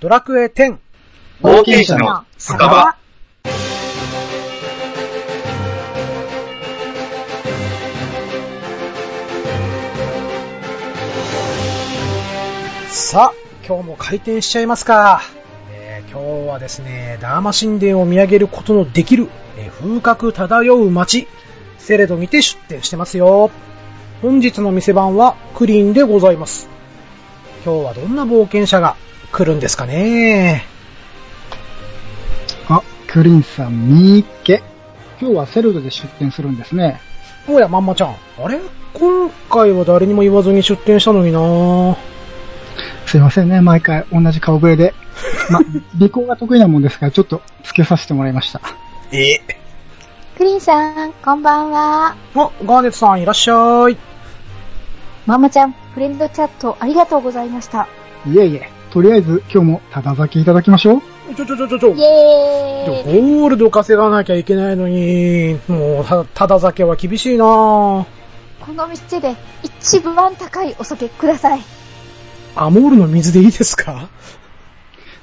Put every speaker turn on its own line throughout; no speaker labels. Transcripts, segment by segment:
ドラクエ10、
冒険者の酒場。
さあ、今日も開店しちゃいますか。えー今日はですね、ダーマ神殿を見上げることのできる、えー風格漂う街、セレドにて出店してますよ。本日の店番はクリーンでございます。今日はどんな冒険者が来るんですかね。
あ、クリンさん、みーけ。今日はセルドで出店するんですね。
おや、まんまちゃん。あれ今回は誰にも言わずに出店したのにな
すいませんね、毎回同じ顔ぶれ で。ま、尾行が得意なもんですから、ちょっとつけさせてもらいました。
え、
クリンさん、こんばんは。
あ、ガーネットさんいらっしゃい。
ママちゃん、フレンドチャットありがとうございました。
いえいえ、とりあえず今日もただ咲きいただきましょう。
ちょちょちょちょちょ。
イ
でも
エーイ
ゴールド稼がなきゃいけないのに、もうた、ただ酒は厳しいな
この店で一番高いお酒ください。
アモールの水でいいですか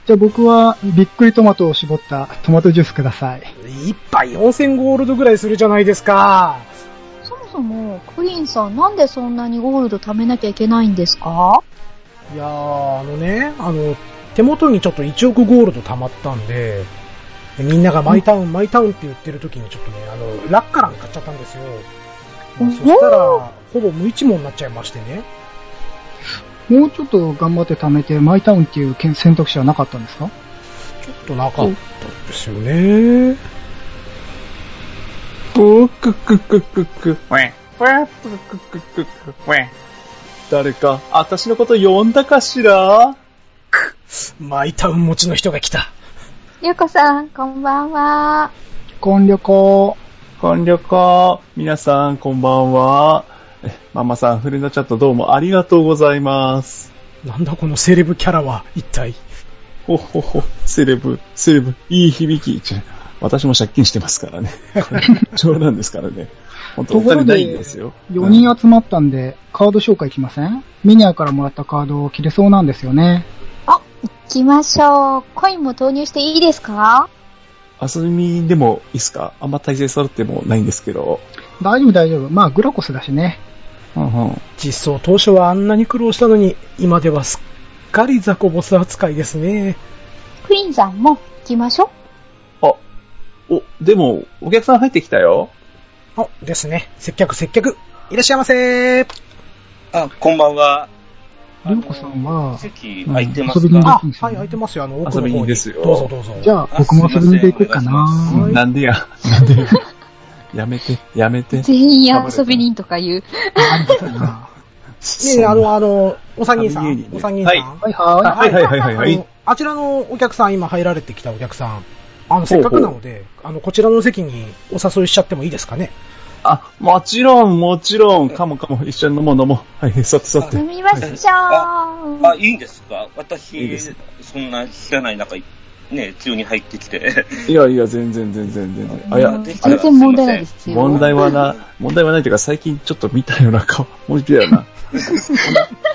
じゃあ僕は、びっくりトマトを絞ったトマトジュースください。
一杯4000ゴールドぐらいするじゃないですか。
そもそも、クリンさん、なんでそんなにゴールド貯めなきゃいけないんですか
いやー、あのね、あの、手元にちょっと1億ゴールド溜まったんで、でみんながマイタウン、マイタウンって言ってる時にちょっとね、あの、ラッカラン買っちゃったんですよ。
お
そ
ー
したら、ほぼ無一文になっちゃいましてね。
もうちょっと頑張って貯めて、マイタウンっていうけん選択肢はなかったんですか
ちょっとなかったんですよね。
ぷーくくくくく。ぷーぷーぷーくくくく。ぷー誰か、私のこと呼んだかしら
マイタウン持ちの人が来た。
ゆうこさん、こんばんは。
婚旅行。
こんりょこ。皆さん、こんばんは。えママさん、フレンドチャットどうもありがとうございます。
なんだこのセレブキャラは、一体。
ほほほ、セレブ、セレブ、いい響き。ちょ私も借金してますから ね。これ冗談ですからね。本当お金ないんですよ。
4人集まったんで、カード紹介いきませんミニアからもらったカードを切れそうなんですよね。
あ、行きましょう。コインも投入していいですか
遊びでもいいですかあんま体勢揃ってもないんですけど。
大丈夫大丈夫。まあ、グラコスだしね。
うんうん
実装当初はあんなに苦労したのに、今ではすっかりザコボス扱いですね。
クリンさんも行きましょ
あ、お、でも、お客さん入ってきたよ。
あ、ですね。接客接客。いらっしゃいませ
あ、こんばんは。
りょうこさんは
席空いてます
うん遊びに
か
あ、はい、空いてますよ。あの、奥の方に
遊びにですよ
どうぞどうぞ。
じゃあ、僕も遊びに行こうかな。
はい
なんでや、なんでや。やめて、やめて
う。。全員遊び人とか言う。
ねえ、あの、あの、お三人さ
あ
ん
の。
お三人さん。
はいは
はいはいはいはいは
あの
い。
あちらのお客さん、今入られてきたお客さん。あの、せっかくなので、あの、こちらの席にお誘いしちゃってもいいですかね。
あ、もちろん、もちろん。かもかも、一緒に飲もう飲もう。はい、座って座って
飲。みましょう。
あ、いいんですか私
いいです
そんな知らない中、ね、急に入ってきて。
いやいや、全然全然全然。あ、いや、
全然問題ないです
問題はな、問題はないというか、最近ちょっと見たような顔、もう一だよな。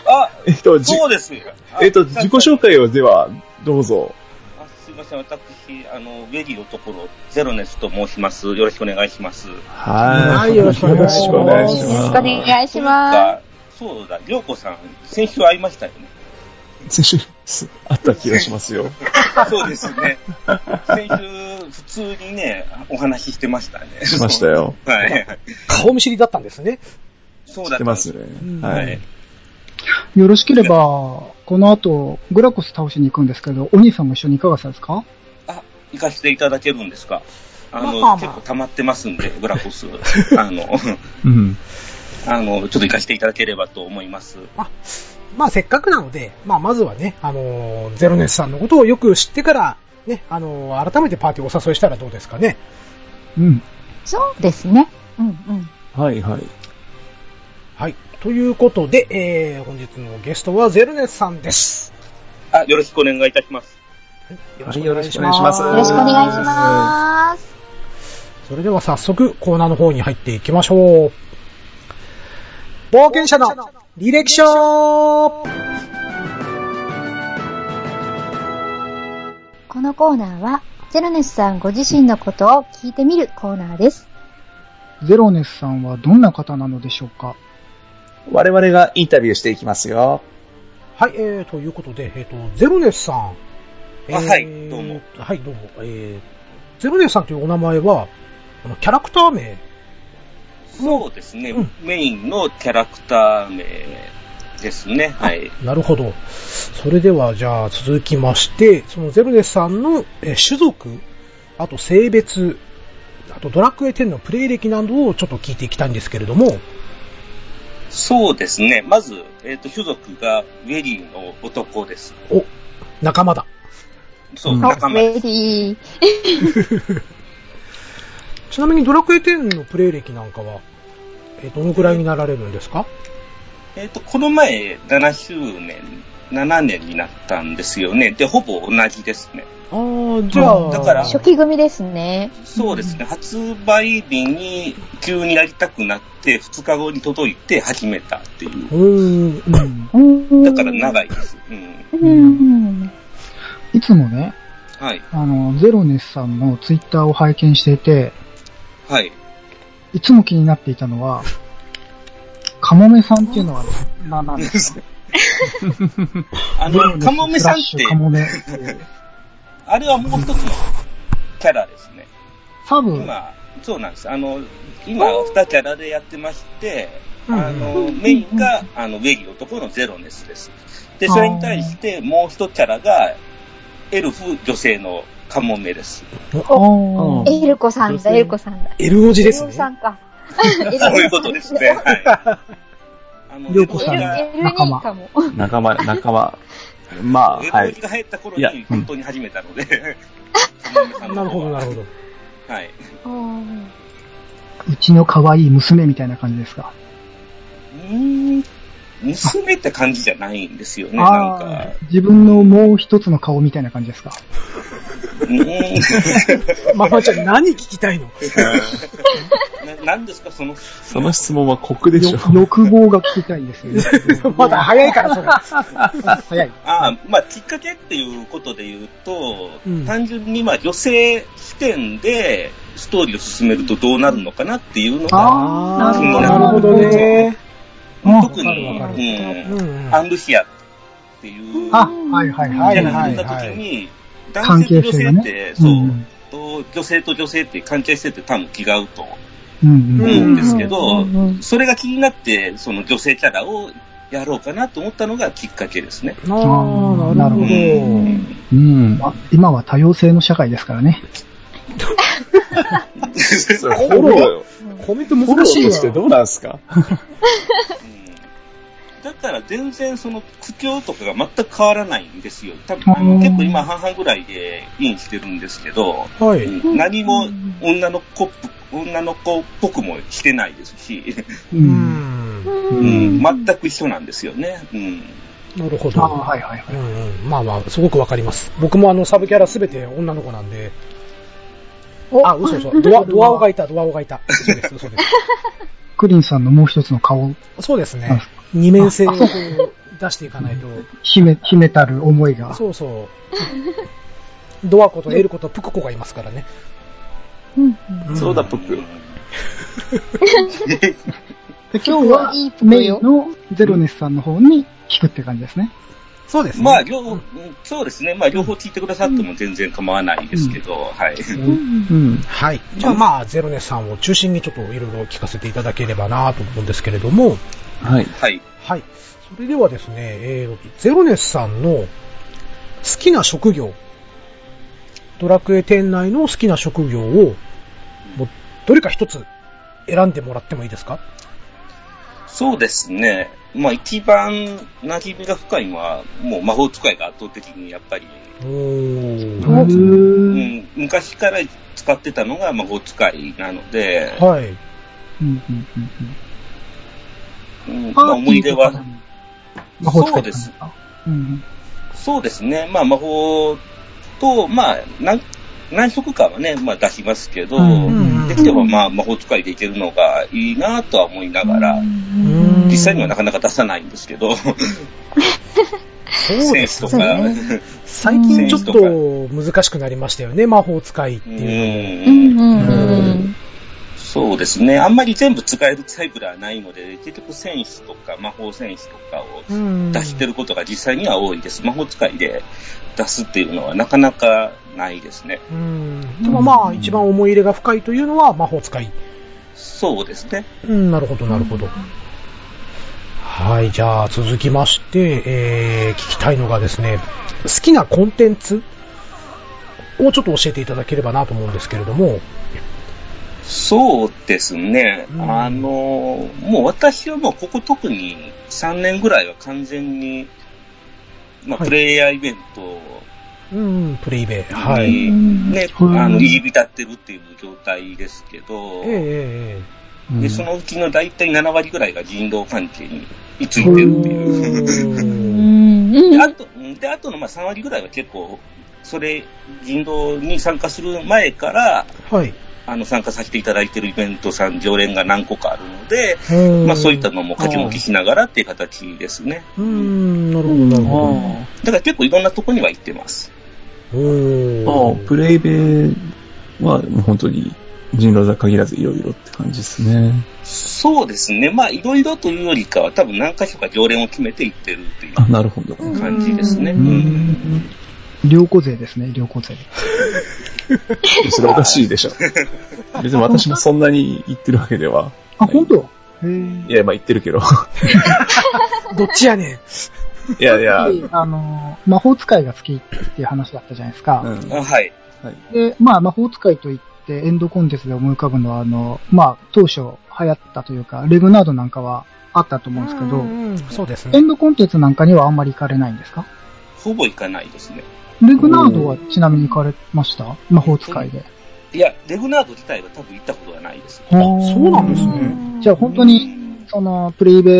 あ、
えっと、じ
そうです。
えっと、自己紹介をでは、どうぞ。
あすいません、私、あの、ウェリーのところ、ゼロネスと申します。よろしくお願いします。
は。
はいいよろしくお願いします
よろくお願いし
よ
ま
ろ
す
しくお願いしま
そうだ、りょうこさん、先週会いましたよ ね。
先週、あった気がしますよ。
そうですね。先週、普通にね、お話ししてましたね。
しましたよ。
はい。
顔見知りだったんですね。
そう
知
だ
ってますね。は
はいい。。
い。よろしければ、この後、グラコス倒しに行くんですけど、お兄さんも一緒にいかがですか
あ、行かせていただけるんですかあの、
まあまあ
結構溜まってますんで、グラコス。あの、
うん。
あの、ちょっと行かせていただければと思います。
まあ、せっかくなので、まあ、まずはね、あのーゼロネスさんのことをよく知ってから、ね、あのー改めてパーティーをお誘いしたらどうですかね。
うん。
す。そうですね。うんうん。
はいはい。
はい。ということで、えー、本日のゲストはゼロネスさんです。
あ、よろしくお願いいたします。
よ
はいよろしくお願いします
よろしくお願いします。
それでは早速、コーナーの方に入っていきましょう。冒険者の履歴書
このコーナーは、ゼロネスさんご自身のことを聞いてみるコーナーです。
ゼロネスさんはどんな方なのでしょうか
我々がインタビューしていきますよ。
はい、えー、ということで、えっ、と、ゼロネスさん。
あはいどうも。
はい、どうも。えー、ゼロネスさんというお名前は、あのキャラクター名。
そうですね、
うん
メインのキャラクター名ですね。はい。
なるほど。それでは、じゃあ、続きまして、そのゼロネスさんの、えー種族、あと性別、あとドラクエ10のプレイ歴などをちょっと聞いていきたいんですけれども、
そうですね。まず、えっ、と、種族がウェリーの男です。
お、仲間だ。
そう、
うん
仲間
レデ
です。
ィー。
ちなみにドラクエ10のプレイ歴なんかは、えーどのくらいになられるんですか
えっ、と、この前、7周年、7年になったんですよね。で、ほぼ同じですね。
あー、じゃあ、
だから
初期組ですね。
そうですね。発売日に急にやりたくなって、2日後に届いて始めたっていう
う。ーん、
うん。
だ
だから
い。
長いです。うん。
うん。
いつもね、
はい。
あの、ゼロネスさんのツイッターを拝見していて、
はい。
いつも気になっていたのは、カモメさんっていうのは、な、なんですか
あ
ゼロ
の、
ネス
カモメさん
スラッ
っ
シ
て
ュカ、モメ。
あれはもう一つのキャラですね。
多分、
今、そうなんです。あの、今、二キャラでやってまして、
うん
あの、メインが、あの、ウェリー男のゼロネスです。で、それに対して、もう一キャラが、エルフ女性のカモメです。
ああ、
エルコさんだ、エルコさんだ。
エルオジ
エ
で
ル
すね
コ。さんか。
そういうことですね。はい。あの
りょうこさん
エル、
の
エルニーかも。
仲 間、仲間。まあ、は
エル
い
フ。が入った頃
いや
に、本当に始めたので。カ モメさん
な
の
る
方
ほど、
は
なるほど。
はい。
うん
うちの可愛い娘みたいな感じですか。
うーん娘って感じじゃないんですよね、なん
ああ
か。、
自分のもう一つの顔みたいな感じですか。
うーん
まあまあちゃん、何聞きたいの
ななんですか、その、
その質問は酷でしょ
よ。欲望が聞きたいんですよね。
まだ早いから、それ。
早い。
ああ、まあ、きっかけっていうことで言うと、
うん
単純にまあ、女性視点でストーリーを進めるとどうなるのかなっていうのが、
あ
ー
ー
なるほど。ね。
うん
特に、
わかるわかう
う、
んん
アンルシアっていう、
あ、はいはい
は
はいい。
キャ
は
ラ
い
に出た時に、男
関
性
係
と女
性
性
が
って、
ね。
そう、
うん
と女性と女性って関係性って多分違うと
うんうん
思うんですけど、
うんうんうん
それが気になって、その女性キャラをやろうかなと思ったのがきっかけですね。
あー、なるほど。
うん。
あ今は多様性の社会ですからね。
それフォロ
コメント
ー、フォロ
難
ー
しい
として
わ。
どうなんすか
うんだから全然その苦境とかが全く変わらないんですよ。多分あの
うん
結構今半々ぐらいでインしてるんですけど、
は
う
い。
ん何も女の子っぽ女の子っぽくもしてないですし、
う。
うんん。
う
う
ん
ん 全く一緒なんですよね。うん
なるほ
あー
ど。
はいはいは
う
い。
んうん、まあまあ、すごくわかります。僕もあの、サブキャラすべて女の子なんで。あ、嘘嘘。ドア、ドアオがいた、ドアオがいた。そうです、そうです。
クリンさんのもう一つの顔、
そうですね。二面性をこう出していかないと。
秘め、秘めたる思いが。
そうそう。ドアコとエルコとプクコがいますからね。
うん
ん
そうだ、プック。
で今日は、
いいプロ
メイン
よ。
のゼロネスさんの方に聞くって感じですね。
そうですね。
まあ、両方、うんそうですね。まあ、両方聞いてくださっても全然構わないですけど、はい。
うん。
はい。じゃあまあ、ゼロネさんを中心にちょっといろいろ聞かせていただければなと思うんですけれども、
はい。
はい。
はい。それではですね、えー、ゼロネスさんの好きな職業、ドラクエ店内の好きな職業を、もう、どれか一つ選んでもらってもいいですか
そうですね。まあ一番馴染みが深いのは、もう魔法使いが圧倒的にやっぱり、
おー。
う。
うんん、昔から使ってたのが魔法使いなので、
はい。
うんうんうん
うん
うん
まあ、思い出
パー
は
テ、ィーとか魔法使い
そ
う
です
とか。うん
そうですね。まあ魔法と、まあ何、何色かはね、まあ出しますけど、
うん
うん
できればまあ魔法使いでいけるのがいいなとは思いながら、
うーん
実際にはなかなか出さないんですけど、
そう
セ
で
ンス
す
と
ね。
か。
最近ちょっと難しくなりましたよね、魔法使いって
う
いう。
うんんうんうん。
そうですね。あんまり全部使えるタイプではないので、結局戦士とか魔法戦士とかを
うん
出してることが実際には多いです。魔法使いで出すっていうのはなかなかないですね。
うんでもまあ、一番思い入れが深いというのは魔法使い。
そうですね。
うん、なるほど、なるほど。はい、じゃあ続きまして、えー、聞きたいのがですね、好きなコンテンツをちょっと教えていただければなと思うんですけれども、
そうですね。
うん
あの、もう私はもうここ特に3年ぐらいは完全に、まあ、
はい
プレイヤーイベント
うん、プレイベー。は
はい
い。
い
うん
ね、
うん
あの、入り浸ってるっていう状態ですけど、
えええ
で、そのうちの大体7割ぐらいが人道関係に居ついてるっていう。
うんう
で、
ん
あと、うんで、あとのまあ3割ぐらいは結構、それ、人道に参加する前から、
えはい。
あの、参加させていただいてるイベントさん、常連が何個かあるので、
うん
まあそういったのも掛け持ちしながらっていう形ですね。
うん、なるほど、なるほど。
だから結構いろんなとこには行ってます。
おー
ああ、プレイベーは本当に人狼座限らずいろいろって感じですね。
そうですね。まあいろいろというよりかは多分何箇所か常連を決めて行ってるっていう
あ、なるほ ど。
感じですね。
う
うん
ん。
良子勢ですね、良子勢。
それおかしいでしょ。別に私もそんなに言ってるわけでは。
あ、本当へえ
いや、まあ言ってるけど。
どっちやねん。
いやいや。うん。
あの、魔法使いが好きっていう話だったじゃないですか。
あはい。
で、まあ、魔法使いといって、エンドコンテンツで思い浮かぶのは、あの、まあ、当初流行ったというか、レグナードなんかはあったと思うんですけど、
うんそうです
エ
ね。
ンドコンテンツなんかにはあんまり行かれないんですか
ほぼ行かないですね。
レグナードはちなみに行かれました魔法使いで。
いや、レグナード自体は多分行ったことはないです。
そうなんですね
じゃあ本当に、その、プレイベ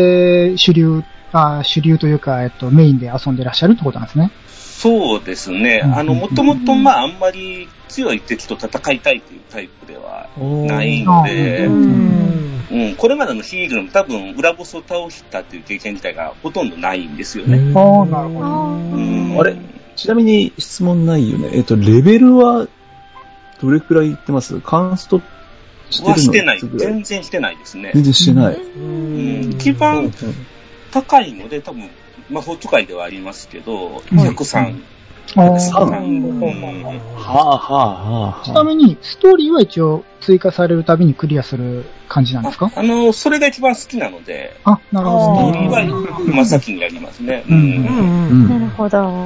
ー主流、あ主流というか、えっと、メインで遊んでらっしゃるってことなんですね。
そうですね。
うん
あの、もともと、まあ、あんまり強い敵と戦いたいというタイプではないので
う、
うん
うん、これまでのヒールも多分、裏ボスを倒したという経験自体がほとんどないんですよね。
ああ、なるほ
あ
ど。
ー
あれちなみに質問ないよね。えっと、レベルはどれくらいいってますカンストしてるの
はしてない
つ。ぐら
全然してないですね
全。然してない。
うん一番高いので、多分、魔法使いではありますけど、103
あ
です。
そう
ー
な
うん
はあはあはあ。
ちなみに、ストーリーは一応追加されるたびにクリアする感じなんです
あ
か
あの、それが一番好きなので、
あ、なる
ス
ほ
ト
ど
ーリー
ね。
は真っ先にやりますね。
うん
うん
うん
うん
なるほど。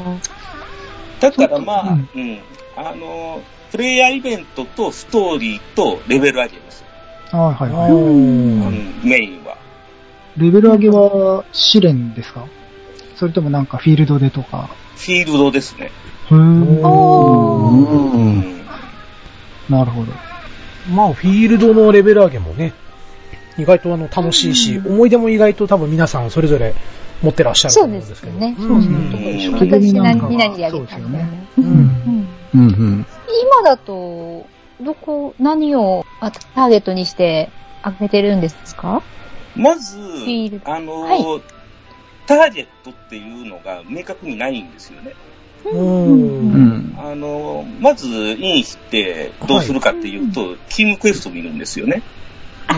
だからまあ、
う
うんん、あの、プレイヤーイベントとストーリーとレベル上げです。
はいはいは
うん、
う
メインは。
い。レベル上げは試練ですかそれともなんかフィールドでとか。
フィールドですね。
へー
おー。
う。
うんん。
なるほど。
まあ、フィールドのレベル上げもね、意外とあの楽しいし、思い出も意外と多分皆さんそれぞれ持ってらっしゃると
そう
思うん
で
ですすけど。
ね。
う
そ
ん
う
う
です
ん
ね。
うん
特に私
なん
何
かは
々やりた
そうです
い
よ
んだよ
ね
ね。
う
うん
ん。
うんうん。
今だと、どこ、何をあターゲットにして開けてるんですか
まず
ィール、ド
あの、
はい
ターゲットっていうのが明確にないんですよね。
うん
うん。
あの、まず、インしてどうするかっていうと、キームクエスト見るんですよね。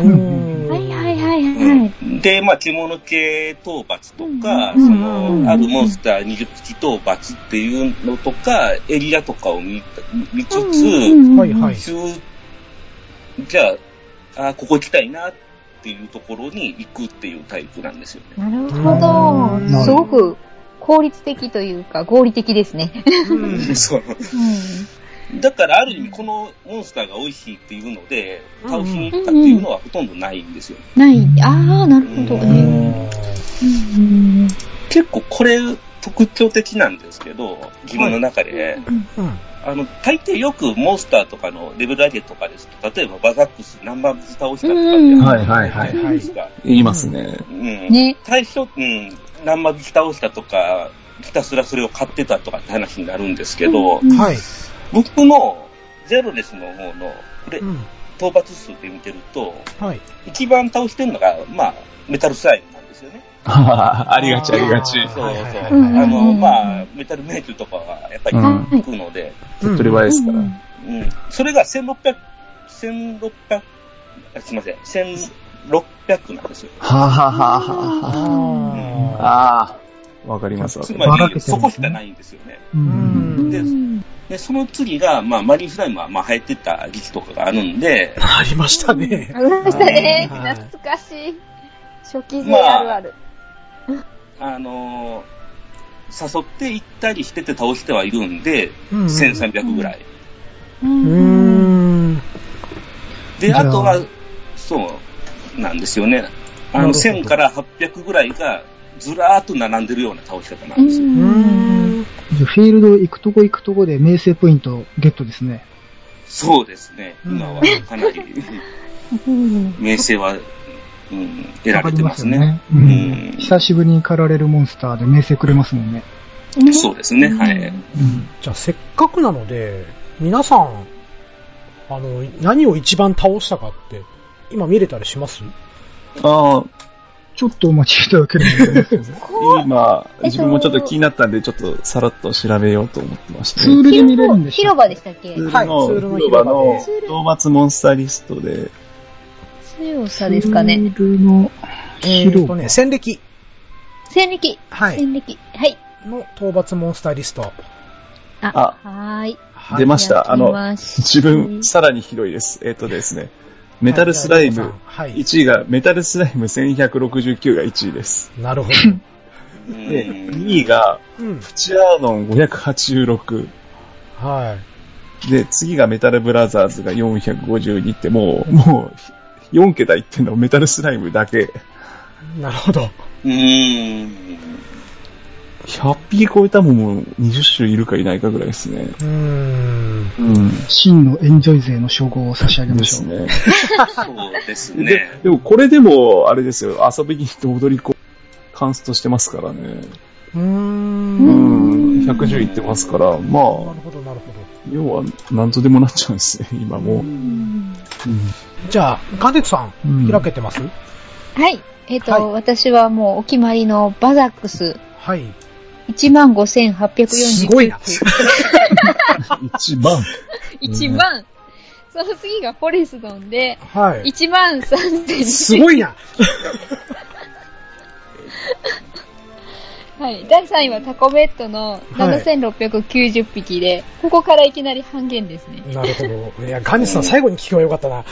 うん
はいはいはいはい。
うん、で、まあ、獣系討伐とか、
うん
そ
うん
の、あるモンスター20匹討伐っていうのとか、エリアとかを見見つつ、
はいはい。
中、じゃあ、あここ行きたいなっていうところに行くっていうタイプなんですよね。
なるほ
うん
なる
ど。すごく効率的というか、合理的ですね。
そうだから、ある意味、このモンスターが美味しいっていうので、倒しに行ったっていうのはほとんどないんですよね。
ない。ああ、なるほど。
う
へ
ん
ーうん
結構これ、特徴的なんですけど、自分の中で、
うん
あの、大抵よくモンスターとかのレベル上げとかですと、例えばバザックス何万物倒したとかって
うん
はいはいは
じゃないですか。
言いますね。
うん
ね。
最初、うん、何万匹倒したとか、ひたすらそれを買ってたとかって話になるんですけど、
うん
はい。
僕のゼロレスの方のプレ
うん
討伐数で見てると、
はい。
一番倒してるのが、まあ、メタルスライムなんですよね。
ありがちありがち。
あー
そう
はいはいはい
そう。
うん
あの、まあ、メタルメイクとかはやっぱり
うん
行くので、
手っ取り早いですから。
うん。それが1600、1600、あすいません、1600なんですよ。
はあはあはあはあは
ああ。
あ。ああ。わかりますわか
つ
り
ま
ま
ばらけてるんで
り、
すね
そこしかないんですよね。
う
うん
ん。
うんうん
で、その次が、まあ、マリンフライムは、まあ、流行ってた時期とかがあるんで、
ありましたね
あ。りましたね。
はい
懐かしい。初期勢あるある。
あのー誘って行ったりしてて倒してはいるんで、
うん
1300ぐらい。
う
うー
ん。
ん。
で、
じゃあ
あとは、そうなんですよね。あ
な
の、
るほど
1000から800ぐらいが、ずらーっと並んでるような倒し方なんですよ。
うーん。
フィールド行くとこ行くとこで名声ポイントゲットですね。
そうですね。
うん
今はかなり、
うん
名声は、うん、得られてます
わ
ね。
かりますよね。
うん
うん。久しぶりに狩られるモンスターで名声くれますもんね。
そうですね、はい。
うん。
じゃあせっかくなので、皆さん、あの、何を一番倒したかって、今見れたりします
す。ああ、
ちょっとお待ちいただけるんですけど
今、自分もちょっと気になったんで、ちょっとさらっと調べようと思ってま し
ツ
て。
ールで見れるんでしょ
広場でしたっけ
はいツールの広場で
の討伐モンスターリストで、
強さですかね。
ツールの
え
広
っと
場。
ね、戦歴。
戦歴。
はい。
戦歴。はい。
の討伐モンスターリスト。
あ、はーい。
はい
出ました。あの
やってみ、ます
自分、さらに広いです。えっ、とですね、メタルスライム、
はい。
1位が、メタルスライム1169が1位です。
な るほ
う
で、
ん
2位が、
ど。うん。
プチアーノン586。
は
で、次がメタルブラザーズが452って、もう、もう、4桁いってんのメタルスライムだけ。
い。なるほど。
うん。
100匹超えたもんもう20種いるかいないかぐらいですね。
うーん。
うん。
真のエンジョイ勢の称号を差し上げま
で
し
す
ょう。
ね。
そうです
で
ね。
で もこれでも、あれですよ、遊びに行って踊り子、カンストしてますからね。
うー。
うんん、110いってますから、ま
な
あ
る、ほど、なるほど。
要は、なんとでもなっちゃうんですね、 今もう。
うん
じゃあ、ガデツさん、
うん
開けてます
はい。えっ、と、
はい
私はもうお決まりのバザックス
はい。
15,849。
すごいな。
一 番。
1万。その次がフォレスドンで、
はい。
1万3000。
すごいな。
はい。第3位はタコベットの7690匹で、ここからいきなり半減ですね。
なるほど。いや、ガデツさん最後に聞けばよかったな。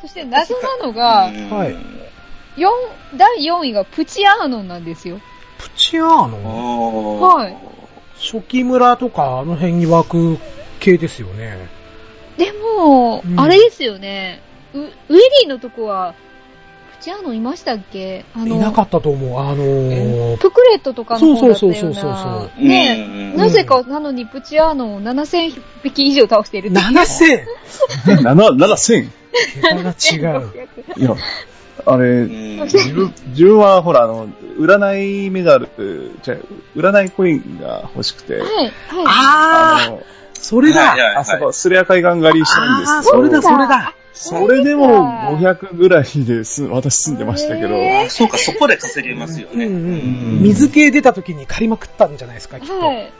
そして謎なのが、
はい
4、第4位がプチアーノンなんですよ。
プチアーノ
は
はい。
初期村とかあの辺に湧く系ですよね。
でも、
うん
あれですよね。ウウェディのとこは、プチアーノンいましたっけあ
い
の、
なかったと思う。あのー、
プクレットとかの方だったような。
そうそうそうそうそ
ね
うん
なぜかなのにプチアーノンを7000匹以上倒しているっていう
7000!
え、7、7千
桁が違う。
いや、あれ、
うん
自分、自分はほら、あの、占いメダル、じゃ占いコインが欲しくて、
はい、は
あ
あの、
ーそれ
はい
だ
はい
あそこ、すれ赤いガン狩りしたんです
あー
けど
それだそれだ
それでも500ぐらいです、私住んでましたけど、
え
そうか、そこで稼げますよ
うん
ね。
うん。
うん
水系出た時に借りまくったんじゃないですか、きっ
い。
と。
はい。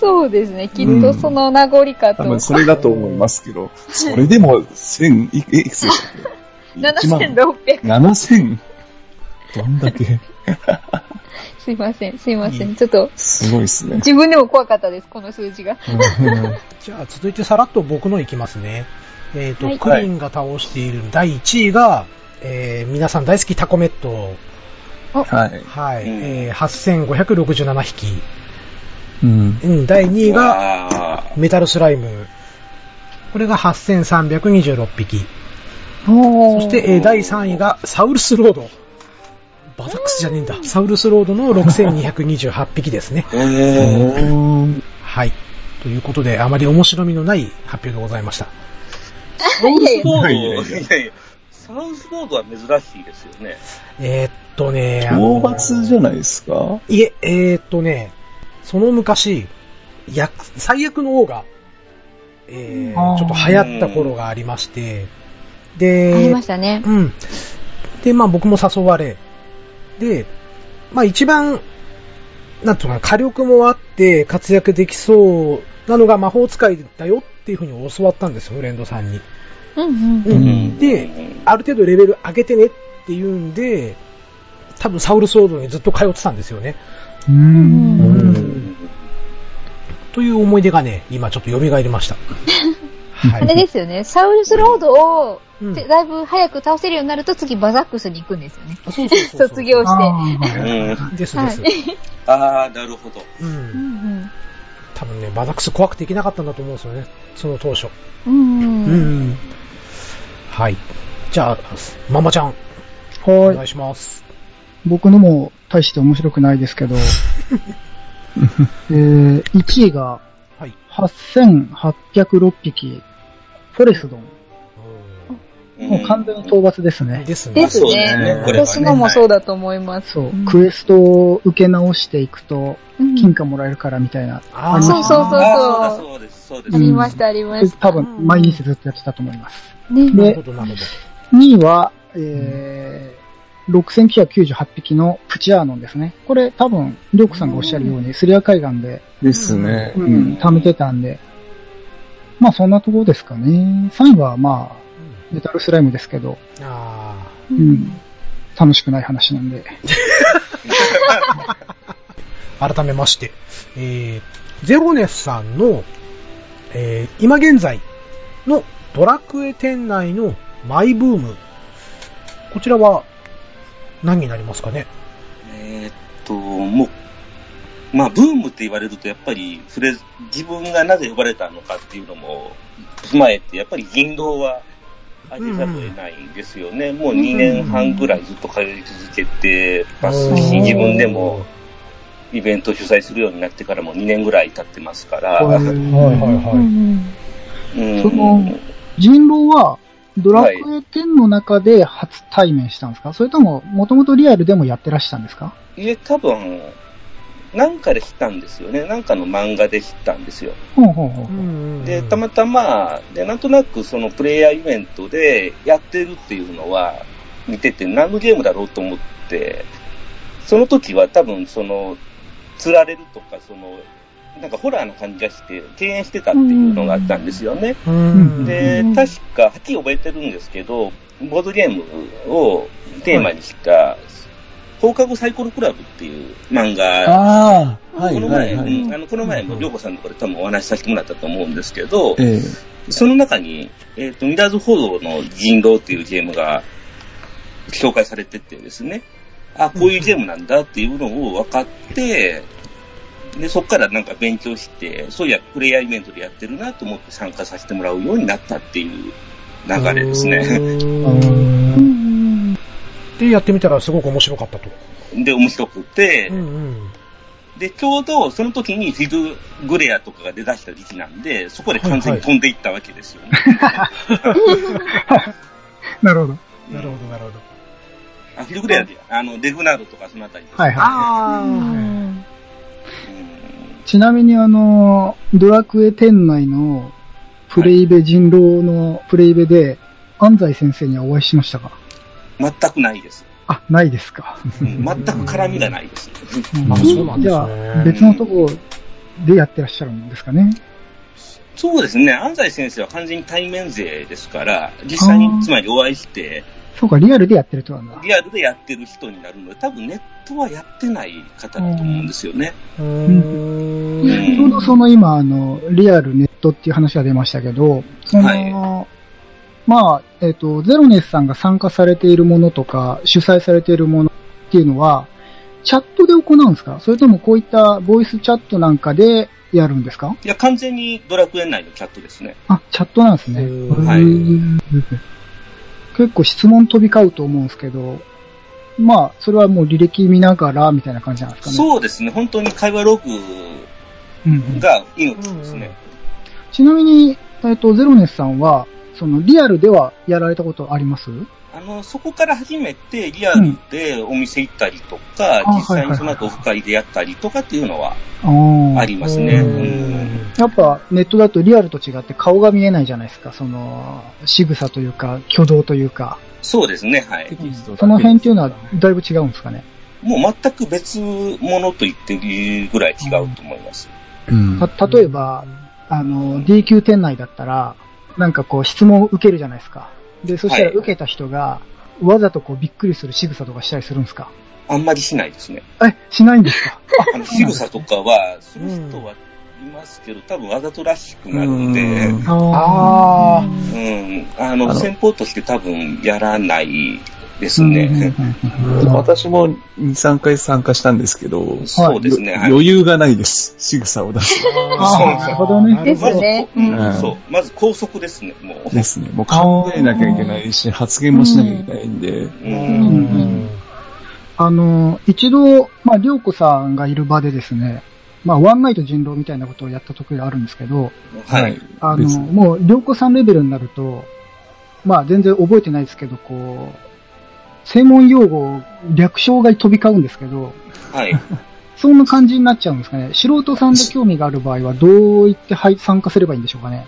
そうですね。きっとその名残かと。
多分それだと思いますけど、それでも1000、いいくつでしたっけ
7600。
?7000? どんだけ
すいません、すいません。ちょっと、
すごいですね。
自分でも怖かったです、この数字が。
じゃあ、続いてさらっと僕のいきますね。えっ、と、
はい
クリンが倒している第1位が、えー、皆さん大好きタコメット。
はい。
はい。
うん
えー、8567匹。
うん。
うん、第2位が
が、
メタルスライム。これが8326匹。そ
そ
して、えー第3位がサウルスロード。バザックスじゃねえんだ。サウルスロードの6228匹ですね。
え
はい。ということで、あまり面白みのない発表でございました。
いやいやいや
サウスボード、
いやいやいや
いやいやサウスボードは珍しいですよね。
えーっとね、あの
討伐じゃないですか
いえ、えーっとね、その昔、や、最悪の王が、え
あ
ー、
ー
ちょっと流行った頃がありまして、
あり
で
ま、したね。
うん。で、まあ僕も誘われ、で、まあ一番、なんとか火力もあって活躍できそうなのが魔法使いだよっていうふうに教わったんですよ、フレンドさんに。
うんうん。
うんで、ある程度レベル上げてねっていうんで、多分サウルソードにずっと通ってたんですよね。
うーん。
うん
うん
という思い出がね、今ちょっと蘇りました。は
あれですよね。サウルスロードを、
うん
てだいぶ早く倒せるようになると次バザックスに行くんですよね。
あそうそうそうそう
卒業して。
あー
うん。
ですです。
は
ああ、なるほど。
う。
うんん
多分ね、バザックス怖くていけなかったんだと思うんですよね。その当初。
うん。うんうん。
ん。はい。じゃあ、ママちゃん、お
は
願
い。
いします。
僕のも大して面白くないですけ ど、えー、1位が
はい。
8806匹、フォレスドン。もう完全に討伐ですね。
ですね。
です
あそう
ね
だね。これはね
私のもそうだと思います。
そう
うん、
クエストを受け直していくと、
うん
金貨もらえるからみたいな。
あー
そうそうそう
ああ、そうだそうです、そうです。
ありました、ありました。
多分、毎日ずっとやってたと思います。
ね。
な
で
るほど、なるほど。
2位は、えー、6998匹のプチアーノンですね。これ多分、りょうこさんがおっしゃるように、スリア海岸で、
ですね。
う
うん
ん、貯めてたんで。まあ、そんなところですかね。3位は、まあ、メタルスライムですけど、
あ
う
うん。楽しくない話なんで。
あ、改めまして、えー、ゼロネスさんの、えー、今現在のドラクエ店内のマイブーム。こちらは何になりますかね
えーっと、もう、まあ、ブームって言われると、やっぱり、それ、自分がなぜ呼ばれたのかっていうのも踏まえて、やっぱり人道は味わえないんですよね。もう2年半ぐらいずっと通い続けてますし、
うん
自分でもイベントを主催するようになってからも2年ぐらい経ってますから、
はい
うん
うんうん
その人狼は、ドラクエ10の中で初対面したんですか、それとも、もともとリアルでもやってらしたんですか
いえ、多分、なんかで知ったんですよね。なんかの漫画で知ったんですよ。
ほうほうほう。
で、たまたま、で、なんとなくそのプレイヤーイベントでやってるっていうのは見てて何のゲームだろうと思って、その時は多分その、釣られるとか、その、なんかホラーな感じがして、敬遠してたっていうのがあったんですよね。
うん。
で
うん、
確か、はっきり覚えてるんですけど、ボードゲームをテーマにした、放課後サイコロクラブっていう漫画
ああ、は
こ
い
の
はい
前、
は
う
い。
ん
あのこの前も、りょうこさんとかで多分お話しさせてもらったと思うんですけど、
ええ。
その中に、えっ、と、ミラーズ報道の人狼っていうゲームが紹介されててですね、あ、こういうゲームなんだっていうのを分かって、で、そこからなんか勉強して、そういや、プレイヤーイベントでやってるなと思って参加させてもらうようになったっていう流れですね。
ね
う。ん
で、やってみたらすごく面白かったと。
で、面白くて、
うん
で、ちょうどその時にフィグ・グレアとかが出だした時期なんで、そこで完全に飛んでいったわけですよね。
うん。な
なるほど。
るほど、なるほど。
あフィグ・グレアで、あの、デグナードとかそのあたりですね。
はいは
う
あ
い。
ん
ちなみに、あの、ドラクエ10内のプレイベ人狼のプレイベで、安西先生にはお会いしましたか
うん全くな いです。
あ、ないですか。
うん全く絡みがないです。
あそうなんですね
じゃあ、別のとこでやってらっしゃるんですかね。
そうですね、安西先生は完全に対面勢ですから、実際
あー
に、つまりお会いして、
そうか、リアルでやってるってことなんだ。
リアルでやってる人になるので、多分ネットはやってない方だと思うんですよね。
あ。うん。
うん
ちょうどその今、あの、リアルネットっていう話が出ましたけど、その、まあ、えっ、と、ゼロネスさんが参加されているものとか、主催されているものっていうのは、チャットで行うんですかそれともこういったボイスチャットなんかでやるんですか
いや、完全にドラクエ内のチャットですね。
あ、チャットなんですね。
は
はい
結構質問飛び交うと思うんですけど、まあ、それはもう履歴見ながらみたいな感じなんですかね。
そうですね、本当に会話ログ
うんうん
が命ですね。
ちなみに、えっと、ゼロネスさんは、その、リアルではやられたことあります
あの、そこから初めてリアルでお店行ったりとか、
うんあ
実際にその
はいはいはい
後オフ会でやったりとかっていうのは
ああ
ありますね。うん
やっぱ、ネットだとリアルと違って顔が見えないじゃないですか。その、仕草というか、挙動というか。
そうですね、はい。
その辺っていうのは
は、
だいぶ違うんですかね。
もう全く別物と言っていいぐらい違うと思います。
うん。
た例えば、あの、D 級店内だったら、なんかこう質問を受けるじゃないですか。で、そしたら
はい
受けた人が、わざとこうびっくりする仕草とかしたりするんですか
あんまりしないですね。
え、しないんですか
あの仕草とかは、する人はいますけど、多分わざとらしくなるので、
うん
あ
うん、あ
あ
の、
の
先方として多分やらないですね。
私も2、3回参加したんですけど、
そうですね。はい
余裕がないです。仕草を出す。
あーなるほどね
なる
で
ほ
す
ど
ね。う。
うんん
そう。まず高速ですね、もう。
です ね。もう考えなきゃいけないし、発言もしなきゃいけないんで、
う。
うんん
あの、一度、まあ、りょうこさんがいる場でですね、まあ、ワンナイト人狼みたいなことをやった時があるんですけど、
はい。。
あ
で
の、
すね
もう、りょうこさんレベルになると、まあ、全然覚えてないですけど、こう、専門用語、略称が飛び交うんですけど、
はい。
そんな感じになっちゃうんですかね。素人さんで興味がある場合は、どういってはい参加すればいいんでしょうかね。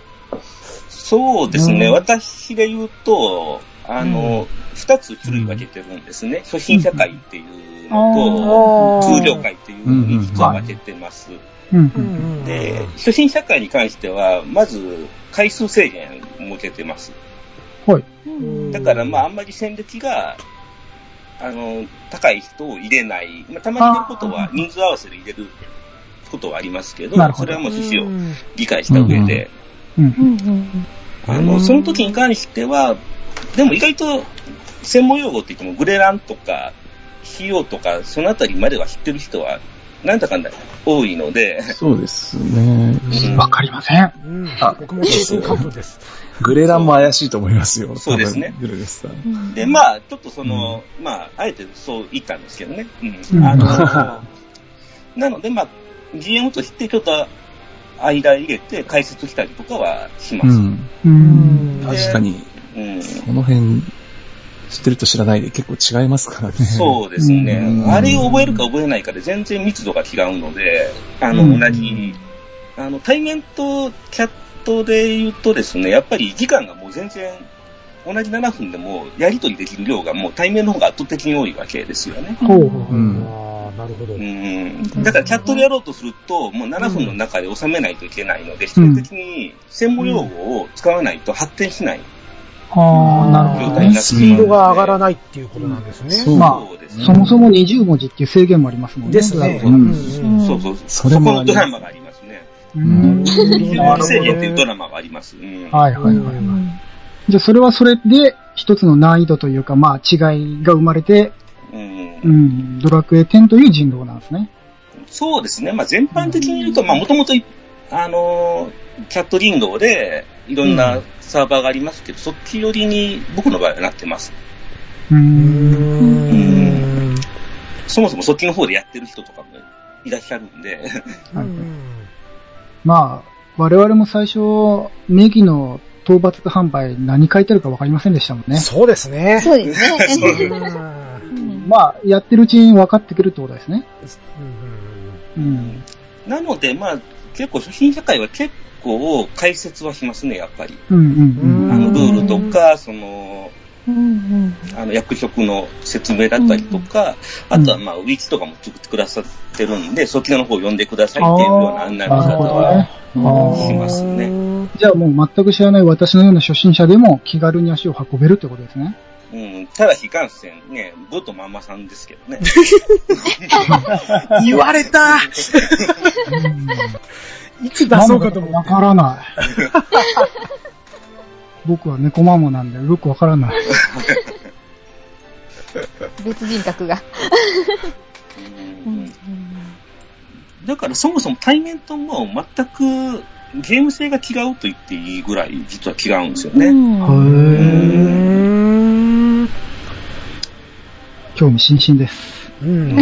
そうですね。
うん
私で言うと、あの、二、つ種類分けてるんですね。初心者会っていうのと、
あー
通常会っていうのに実は分けてます。
うん
う。んうん
で、初心者会に関しては、まず、回数制限設けてます。
うん
だから、まあ、あんまり戦歴が、あの、高い人を入れない。まあ、たまにやることは、人数合わせで入れることはありますけど、
なるほ
そ
ど
れはもう趣旨を理解した上で、
うん
う。んうん
あ
う
の、
ん
その時に関しては、でも意外と、専門用語って言っても、グレランとか、費用とか、そのあたりまでは知ってる人は、なんだかんだ多いので、
そうです
う
ね。
ん
わかりません。
うん
あ
僕も経験カップです。
グレランも怪しいと思いますよ。
そうですね
多分グレですさん。
うん。
で、まあ、ちょっとその、まあ、あえてそう言ったんですけどね。う。
うんん
あの、なので、まあ、GM としてちょっと間入れて解説したりとかはしま
う
す。
ん。
う
う。
んん
確かに、
うん。
この辺、知ってると知らないで結構違いますからね。
そうですね
う。ん
あれを覚えるか覚えないかで全然密度が違うので、あ
う
の、
ん
同じ、あの、対面とチャットで言うとですね、やっぱり時間がもう全然、同じ7分でもやりとりできる量がもう対面の方が圧倒的に多いわけですよね。
ほうほう
う
あ
ん。
ーなるほど。
うんだからチャットでやろうとすると、もう7分の中で収めないといけないので、必然的に専門用語を使わないと発展しない
ああ、なる
状
ほど
態
ね
にな。ってし
ス
ま
ピ
うので
ードが上がらないっていうことなんですね。
そう
ま
そうですね
そもそも20文字っていう制限もありますもんね。
ですね。
うん
うん
そうそう。
そ
そ
れ
こ
もあ
の
ります
ドラマがありますね。
うーん。
専
な
門
るほど
制
ね
限っていうドラマがあります。うん
はいはいはい。じゃあそれはそれで一つの難易度というか、まあ違いが生まれて、
う
うんん、ドラクエ10という人狼なんですね。
そうですね。まあ全般的に言うと、まあもともと、あのー、チャットリンゴでいろんなサーバーがありますけど、そっち寄りに僕の場合はなってます。
うー。
うんん
そもそもそっちの方でやってる人とかもいらっしゃるんで、
うん
まあ、我々も最初、ネギの討伐販売何書いてあるかわかりませんでしたもんね。
そうですね。
そうですね。
うん
うん
まあ、やってるうちに分かってくるってことですね。
うん
うん。
なので、まあ、結構、初心者会は結構解説はしますね、やっぱり。
うんうん
あ
うん。
の、ルールとか、その、
うん
あの、役職の説明だったりとか、
うん
あとは、まあ、ウィキとかも作ってくださってるんで、そちらの方を読んでくださいっていうような案内の
なる
方
ほど
は
ね。あ
し
ー
ますね。
じゃあもう全く知らない私のような初心者でも気軽に足を運べるってことですね。
うん。ただし、いかんせんね、ごとまんまさんですけどね。
言われたいつ出そうかと思
わ
っ
からない。僕は猫マモなんでよくわからない。
別人格が。
う
うんん
だから、そもそも対面とも全くゲーム性が違うと言っていいぐらい、実は違うんですよね。
うん
て。
興味津々です。
うん。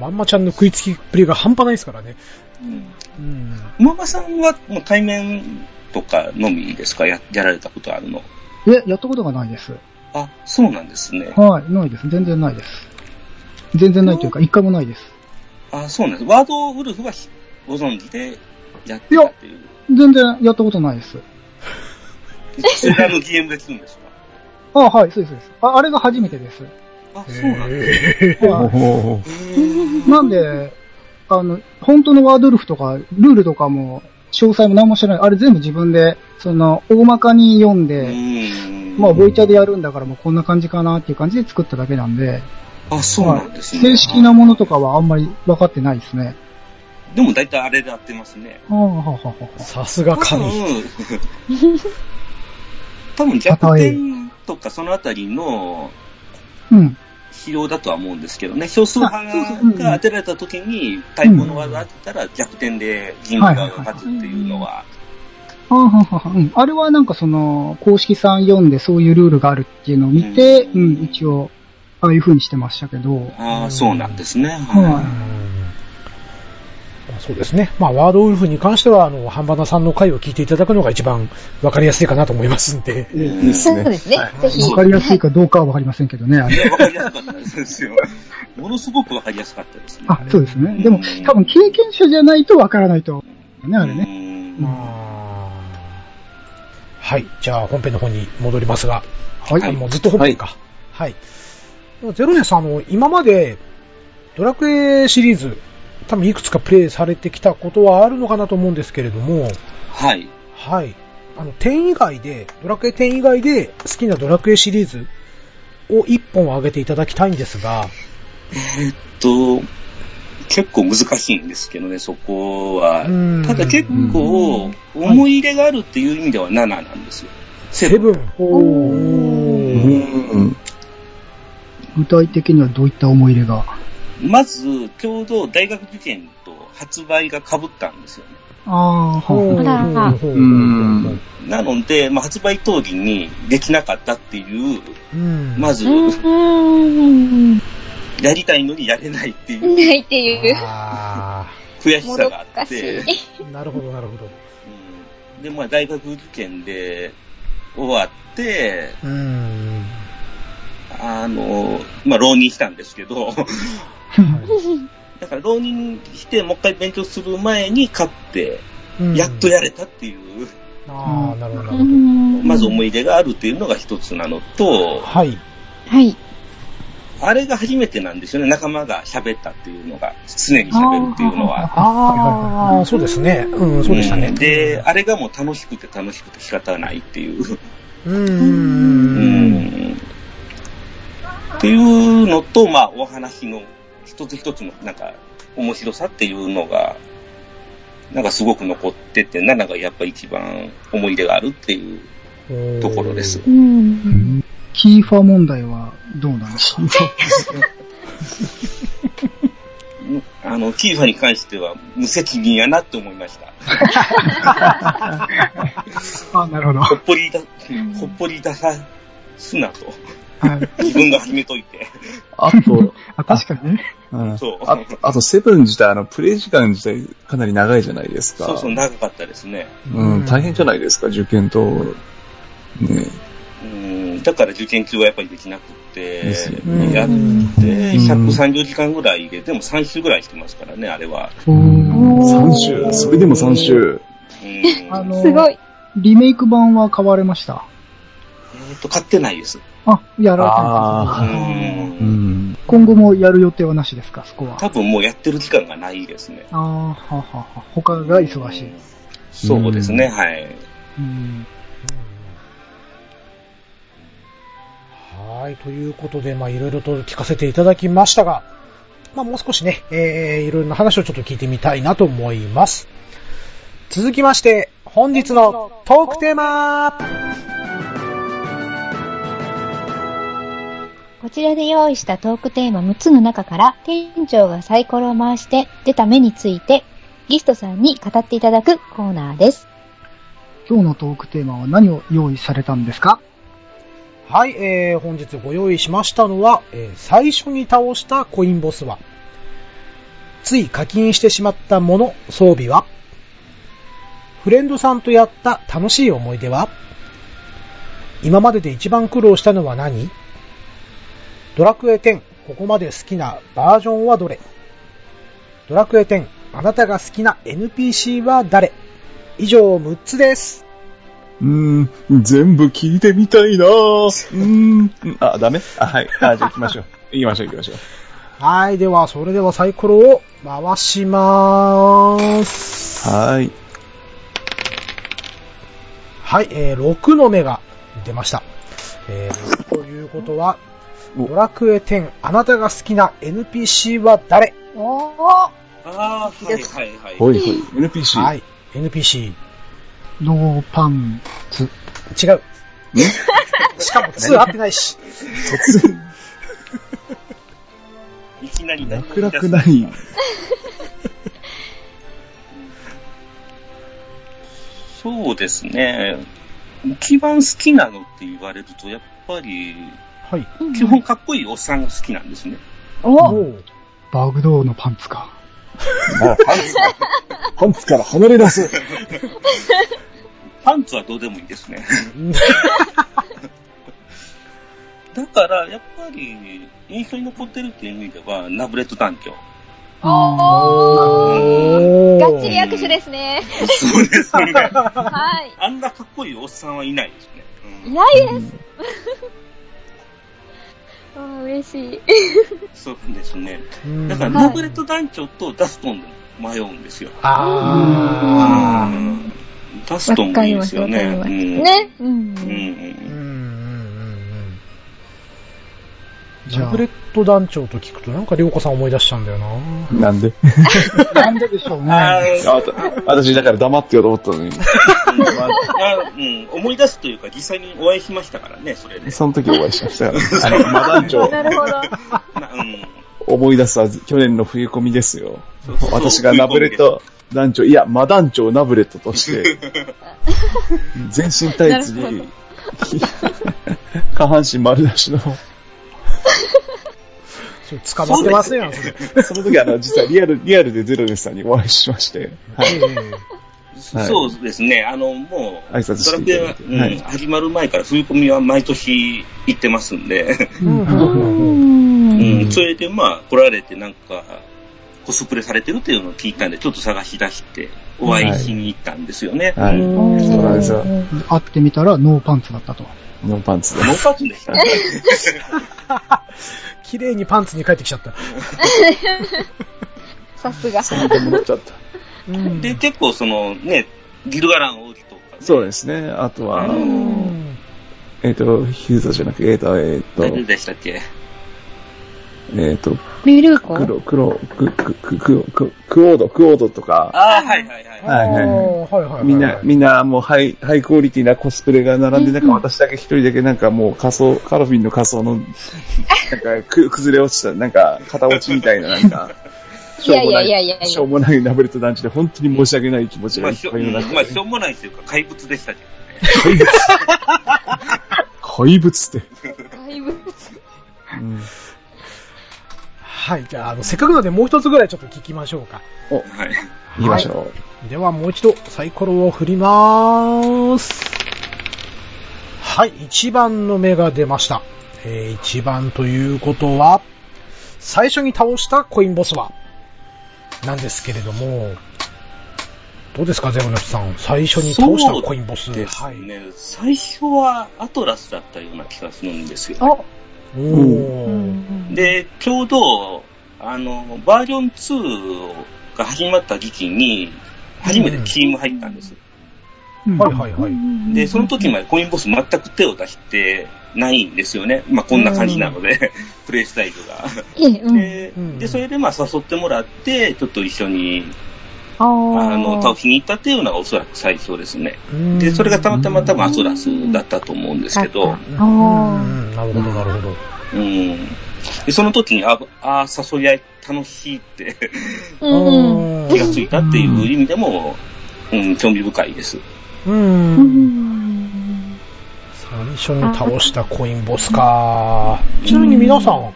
まんまちゃんの食いつきっぷりが半端ないですからね。うん。
ママさんはもう対面とかのみですかややられたことあるの
え、やったことがないです。
あ、そうなんですね。
はい、ないです。全然ないです。全然ないというか、一回もないです。
あ、そうなんです。ワードウルフはひご存知でやってたっていう。
全然やったことないです。
それあの GM できるんですか
あはい、そうです、そうです。ああれが初めてです。
あ、そうなんだ。
お
は
お
いなんで、あの、本当のワードルフとか、ルールとかも、詳細も何も知らない。あれ全部自分で、その、大まかに読ん
う
で、
ん。
まあ、ボイチャでやるんだから、もうこんな感じかなっていう感じで作っただけなんで、
あ、そうなんですね。
正式なものとかはあんまり分かってないですね。
でも大体あれで合ってますね。
はあ、はあはあはあ
さすが神。
多分多分弱点とかそのあたりの
うん。
疲労だとは思うんですけどね、少数派
あそうそううん
が当てられた時に対抗の技当てたら弱点で人類側が勝つっていうのは、
はあはあはあうん、あれはなんかその、公式さん読んでそういうルールがあるっていうのを見て、う
う
んん、一応、ああいう風にしてましたけど、
ああ、そうなんですね。
は
うんそうですね。まあ、ワードウルフに関しては、あの、ハンバナさんの回を聞いていただくのが一番わかりやすいかなと思いますんで。
いいいです
そう
ね
で。すね。ぜひ。
わかりやすいかどうかはわかりませんけどね、あ
い
れ。
や、わかりやすかったですよ。ものすごくわかりやすかったですね。
あ、そうですね。でも、多分経験者じゃないとわからないと。ね、あれね。
ね。
はい。じゃあ、本編の方に戻りますが。
はい
あもうずっと本編か。はい。ゼロネさん、あの、今まで、ドラクエシリーズ、多分いくつかプレイされてきたことはあるのかなと思うんですけれども、
はい。
はい。あの、10以外で、ドラクエ10以外で好きなドラクエシリーズを1本挙げていただきたいんですが、
と、結構難しいんですけどね、そこは
うん。
ただ結構、思い入れがあるっていう意味では7なんですよ。
セブン。
う
おー
ん。
具体的にはどういった思い入れが。
まず、ちょうど大学受験と発売が被ったんですよね。
ああー、は
ほうほうほ
あら
うほう
うん
なので、まあ、発売当時にできなかったっていう、
うん。
まず、
うん。
やりたいのにやれないっていう
ないっていう。
あ
悔し
も
さ
ど
があ
か
っ
しい。
て、
ーなるほど、なるほど。
うんで、まあ、大学受験で終わって、
うん。
あの、まあ、浪人したんです けど、だから浪人して、もう一回勉強する前に勝って、
うん
やっとやれたっていう、
ああ、なるほど、なる
う
ほ
ん
まず思い入れがあるっていうのが一つなの
ど。
と、
はい。
はい。
あれが初めてなんですよね、仲間が喋ったっていうのが、常に喋るっていうのは。
ああ、そうですね。うん、そうでしたね
ん。で、あれがもう楽しくて楽しくて仕方ないっていう。
うん。
う
うん
ん。っていうのと、まあ、お話の一つ一つの、なんか、面白さっていうのが、なんかすごく残ってて、7がやっぱ一番思い出があるっていうところです。。
うん
い。うんキーファー問題はどうなんでしょう
あの、キーファに関しては無責任やなって思いました。
あなるほど。
ほっぽりだ、ほっぽり出さすな と。
はい
自分が始めといて。
あと、
あ確かにね。
うん
そう。
ああと、セブン自体、あの、プレイ時間自体、かなり長いじゃないですか。
そうそう、長かったですね。
うん、大変じゃないですか、受験と。ね
うん、だから受験中はやっぱりできなくて、
ですよ
ね
やっ
う
て、
ん
130時間ぐらいで、でも3週ぐらいしてますからね、あれは。
3週、それでも3週。
うん、
あ
あの、
の
すごい。
リメイク版は買われました。
えっと、買ってないです。
あ、やられたんですね
う
うんん。
今後もやる予定はなしですか、そこは。
多分もうやってる時間がないですね。
ああ、はあはあはあ他が忙しい。
そうですね、はい。
うん。
はい、ということで、まあ、いろいろと聞かせていただきましたが、まあ、もう少しね、えー、いろいろな話をちょっと聞いてみたいなと思います。続きまして、本日のトークテーマ
こちらで用意したトークテーマ6つの中から、店長がサイコロを回して出た目について、ゲストさんに語っていただくコーナーです。
今日のトークテーマは何を用意されたんですか
はい、えー、本日ご用意しましたのは、えー最初に倒したコインボスは、つい課金してしまったもの、装備は、フレンドさんとやった楽しい思い出は、今までで一番苦労したのは何ドラクエ10、ここまで好きなバージョンはどれドラクエ10、あなたが好きな NPC は誰以上6つです。
うん、全部聞いてみたいなぁうん、あ、ダメあ、はい。あ、じゃあ行きましょう。行きましょう行きましょう。
はい、では、それではサイコロを回しまーす。
はーい。
はい、えー、6の目が出ました。えー、ということは、
お
ドラクエ10、あなたが好きな NPC は誰
おー
ああ、はいはいはい。
ほいほい。NPC。。
はいい、NPC。
ノーパンツ。
違う。 しかも2合ってないし。
突然、
いきなり何
楽々ない。
そうですね。一番好きなのって言われると、やっぱり、
はい。
基本かっこいいおっさんが好きなんですね。
お
バグドーのパンツか。
もうパンツから、パンツから離れなさい。
パンツはどうでもいいです ね。だから、やっぱり、印象に残ってるっていう意味では、ナブレット団協。
おー
お
がっちり握手ですね。
そうですね。
はい。
あんなかっこいいおっさんはいないですね。
いうない です。あー嬉しい。
ん、そうですね。
うん
だから、
はい
ナブレット団長とダストンで迷うんですよ。
あ
あ
うんダストンもいいですよね。
わかります
うん
ね。う。
うん
ー。うんうんう
ん。
んうん。
じゃ
ラ
あ
ブレット団長と聞くとなんかりょうこさん思い出しちゃうんだよな
なんで
なんででしょう
あ
ね。
ー
あた私、だから黙ってようと思ったのに。
あうん、思い出すというか、実際にお会いしましたからね、それで。
その時お会いしましたから。あの、マダン長、
なるほど。
なうん
思い出すは去年の冬込みですよ。
そうそう
私がナブレット団長、いや、マダン長ナブレットとして、全身タイツ
なる
に、下半身丸出しの、
それ捕まってますやん、それ。
その時あの、実はリアル、リアルでゼロネスさんにお会いしまして、はい。はい
そうですね、あの、もう、
挨拶していた
ド
だい
ラ
て
クエは、うん
はい
始まる前から冬込みは毎年行ってますんで、
うん
うん、それでまあ、来られてなんか、コスプレされてるっていうのを聞いたんで、ちょっと探し出して、お会いしに行ったんですよね。
はい。
うん
そうなんですよ。
会ってみたらノーパンツだったと。
ノーパンツで。
ノーパンツでした。
綺麗にパンツに帰ってきちゃった。
さすが。
で戻っちゃった。
うん
で、結構そのね、ギルガラン王子とか、
そうですね。あとは、
う
うんん
えっ、と、ヒューザじゃなく、えっ、と、えっ、
誰
と、
でしたっけ
えっ、と、
ルルーコ
黒、黒、く、く、く、く、く、クオード、クオードとか、
ああ、はいはいはい。
はいはいはい。
おーはいはいはい。
みんな、みんなもうハイ、ハイクオリティなコスプレが並んで、なんか私だけ一人だけなんかもう仮装、カロフィンの仮装の、なんかく崩れ落ちた、なんか片落ちみたいな、なんか、
いやいやいやいやいや
しょうもないナブレット団地で本当に申し訳ない気持ちが
ま
い
あ
っ
しょ、
ぱいの中
まあ、し
で
ょうもないというか、怪物でしたけど
怪
ね。
物。怪物って。
怪物。
うん
はい、じゃあ、あの、せっかくなのでもう一つぐらいちょっと聞きましょうか。
はい。
行きましょ
ではもう一度サイコロを振りまーす。はい、1番の目が出ました。えー、1番ということは、最初に倒したコインボスは、なんですけれども、どうですか、ゼロネフさん。最初に倒したコインボス。
です
はい。
ね。最初はアトラスだったような気がするんですよ。
お
おー。
で、ちょうど、あの、バージョン2が始まった時期に、初めてチーム入ったんです。
はいはいはい。
で、その時までコインボス全く手を出してないんですよね。まあ、こんな感じなので、 プレイスタイルが。
いえ、うん。
で
うん、
でそれでまあ誘ってもらって、ちょっと一緒に、
あ
あの、
ー
倒しに行ったっていうのがおそらく最初ですね。
うん
で、それがたまたま多分アトラスだったと思うんですけど、
うん
あー
うんなるほどなるほど。
うん。で、その時に、ああ、誘い合い楽しいって、
うん。
あ
気
ー
がついたっていう意味でも、うん、興味深いです。
うん
うん
最初に倒したコインボスか。ちなみに皆さんは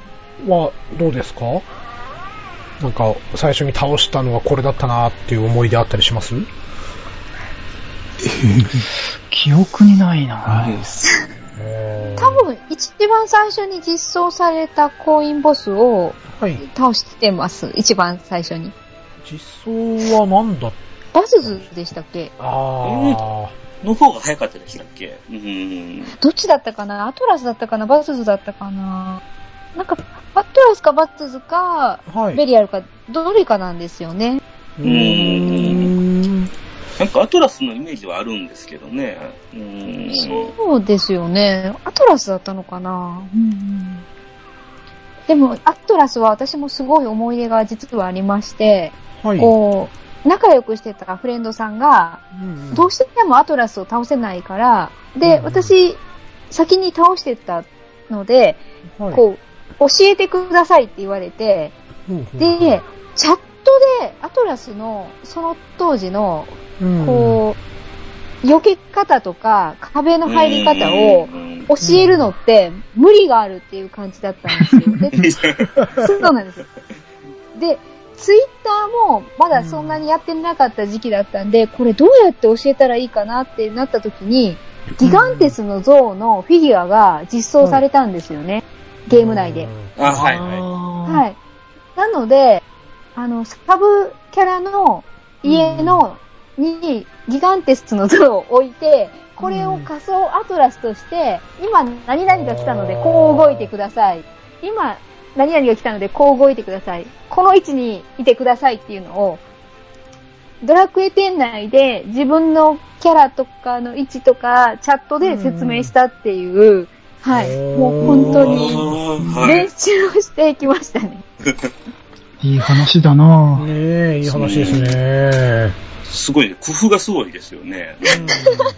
どうですかなんか、最初に倒したのはこれだったなっていう思い出あったりします
記憶にないな
う。
多分、一番最初に実装されたコインボスを
はい。
倒してます。一番最初に。
実装は何だっ
バズズでしたっけ
たあ
の方が早かったでしたっけうん。
どっちだったかなアトラスだったかなバズズだったかななんか、バトロスかバッツズか、
はい。
ベリアルか、どれかなんですよね。
うーん。
なんかアトラスのイメージはあるんですけどね。うーん。
そうですよね。アトラスだったのかな、うんうん、でも、アトラスは私もすごい思い出が実はありまして、
はい。
こう、仲良くしてたフレンドさんが、
うん
どうしてもアトラスを倒せないから、
う
で、
ん
私、先に倒してたので、
はい
こう、教えてくださいって言われて、
ほうほう
で、チャットでアトラスの、その当時の、
うん
こう、避け方とか、壁の入り方を
うん
教えるのって、無理があるっていう感じだったんですよ。で そうなんです。で、ツイッターもまだそんなにやってなかった時期だったんで、これどうやって教えたらいいかなってなった時に、ギガンテスの像のフィギュアが実装されたんですよね。ゲーム内で。
あ、はいは
は。
はいい。なので、あの、サブキャラの家の、にギガンテスの像を置いて、これを仮想アトラスとして、今何々が来たのでこう動いてください。今何々が来たのでこう動いてください。この位置にいてくださいっていうのを、ドラクエ店内で自分のキャラとかの位置とかチャットで説明したっていう、はい。もう本当
い。
に。
はい
練習をしていきましたね。
いい話だなぁ。
ねえ、いい話ですね。
すごい、工夫がすごいですよね。
は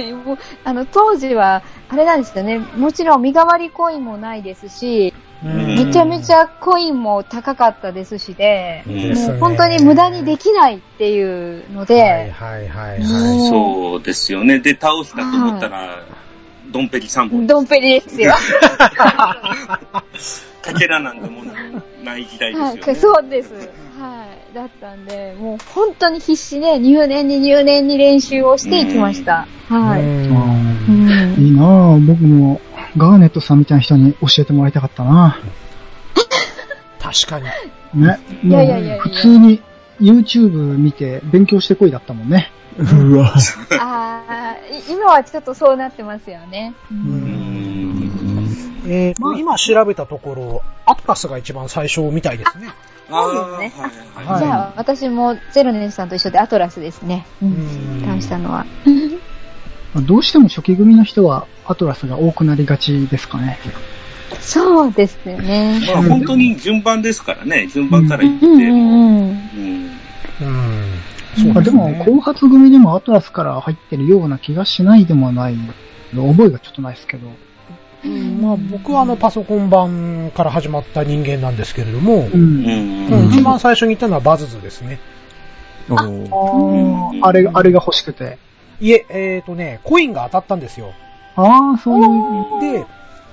いもうあの当時は、あれなんですよね、もちろん身代わりコインもないですし、
うん
めちゃめちゃコインも高かったですしで、
うん
です
も
ね
う本当に無駄にできないっていうので、
はいはいはいはい。
も
そうですよね。で、倒したと思ったら、ドンペリ3
う
本。
ドンペリです よ。
かけらなんかもうない時代ですよ
は
ね。
い、そうです。はい。だったんで、もう本当に必死で入念に入念に練習をしていきました。は
う
い。
ん
うん
うん
いいなぁ。僕も、ガーネットさんみたいな人に教えてもらいたかったな
確かに。
ぁ。ね。
い
も、
やいやいやいうや
普通に YouTube 見て勉強してこいだったもんね。
うわ。
あーい 今はちょっとそうなってますよね。
うん
えー今調べたところ、アトラスが一番最初みたいですね。
あ
そう
ー
ですね
はい
は
はい
じゃあ、私もゼロネスさんと一緒でアトラスですね。
うん
倒したのは。
まあどうしても初期組の人はアトラスが多くなりがちですかね。
そうですよね。
い。まあ本当に順番ですからね。順番から言って。
うんうんうん。
うん
うん。そう
まあ
すね
でも、後発組でもアトラスから入ってるような気がしないでもない。覚えがちょっとないですけど。
うんまあ僕はあのパソコン版から始まった人間なんですけれども、
う。
うんん
うん一番最初に行ったのはバズズですね。
おー
うん
あれ、あれが欲しくて。
いえ、えっ、とね、コインが当たったんですよ。
ああ、そういう。
で、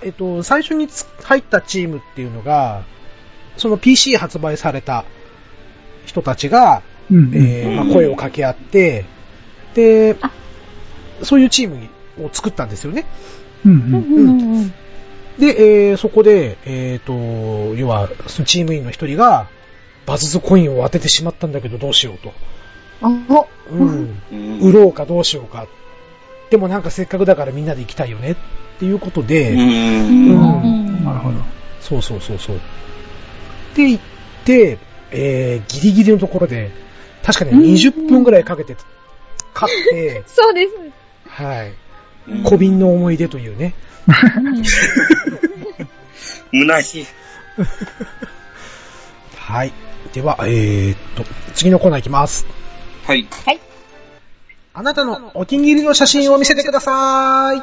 えっ、と、最初につ入ったチームっていうのが、その PC 発売された人たちが、
うん。
えーまあ、声を掛け合って、で、そういうチームを作ったんですよね。
うんうん。
うん
で、えーそこで、えっ、と、要は、そのチーム員の一人が、バズズコインを当ててしまったんだけどどうしようと。
うん。お、
うん。
うん
売ろうかどうしようか。でもなんかせっかくだからみんなで行きたいよねっていうことで、
うん
う
うん
ん
なるほど。
そうそうそうそう。で、行って、えー、ギリギリのところで、確かね、
うん
20分ぐらいかけて、勝って、
そうです。
はい。
うん
小瓶の思い出というね。
虚しい。
はい。では、えー、っと、次のコーナー行きます。
はい。
あなたのお気に入りの写真を見せてください。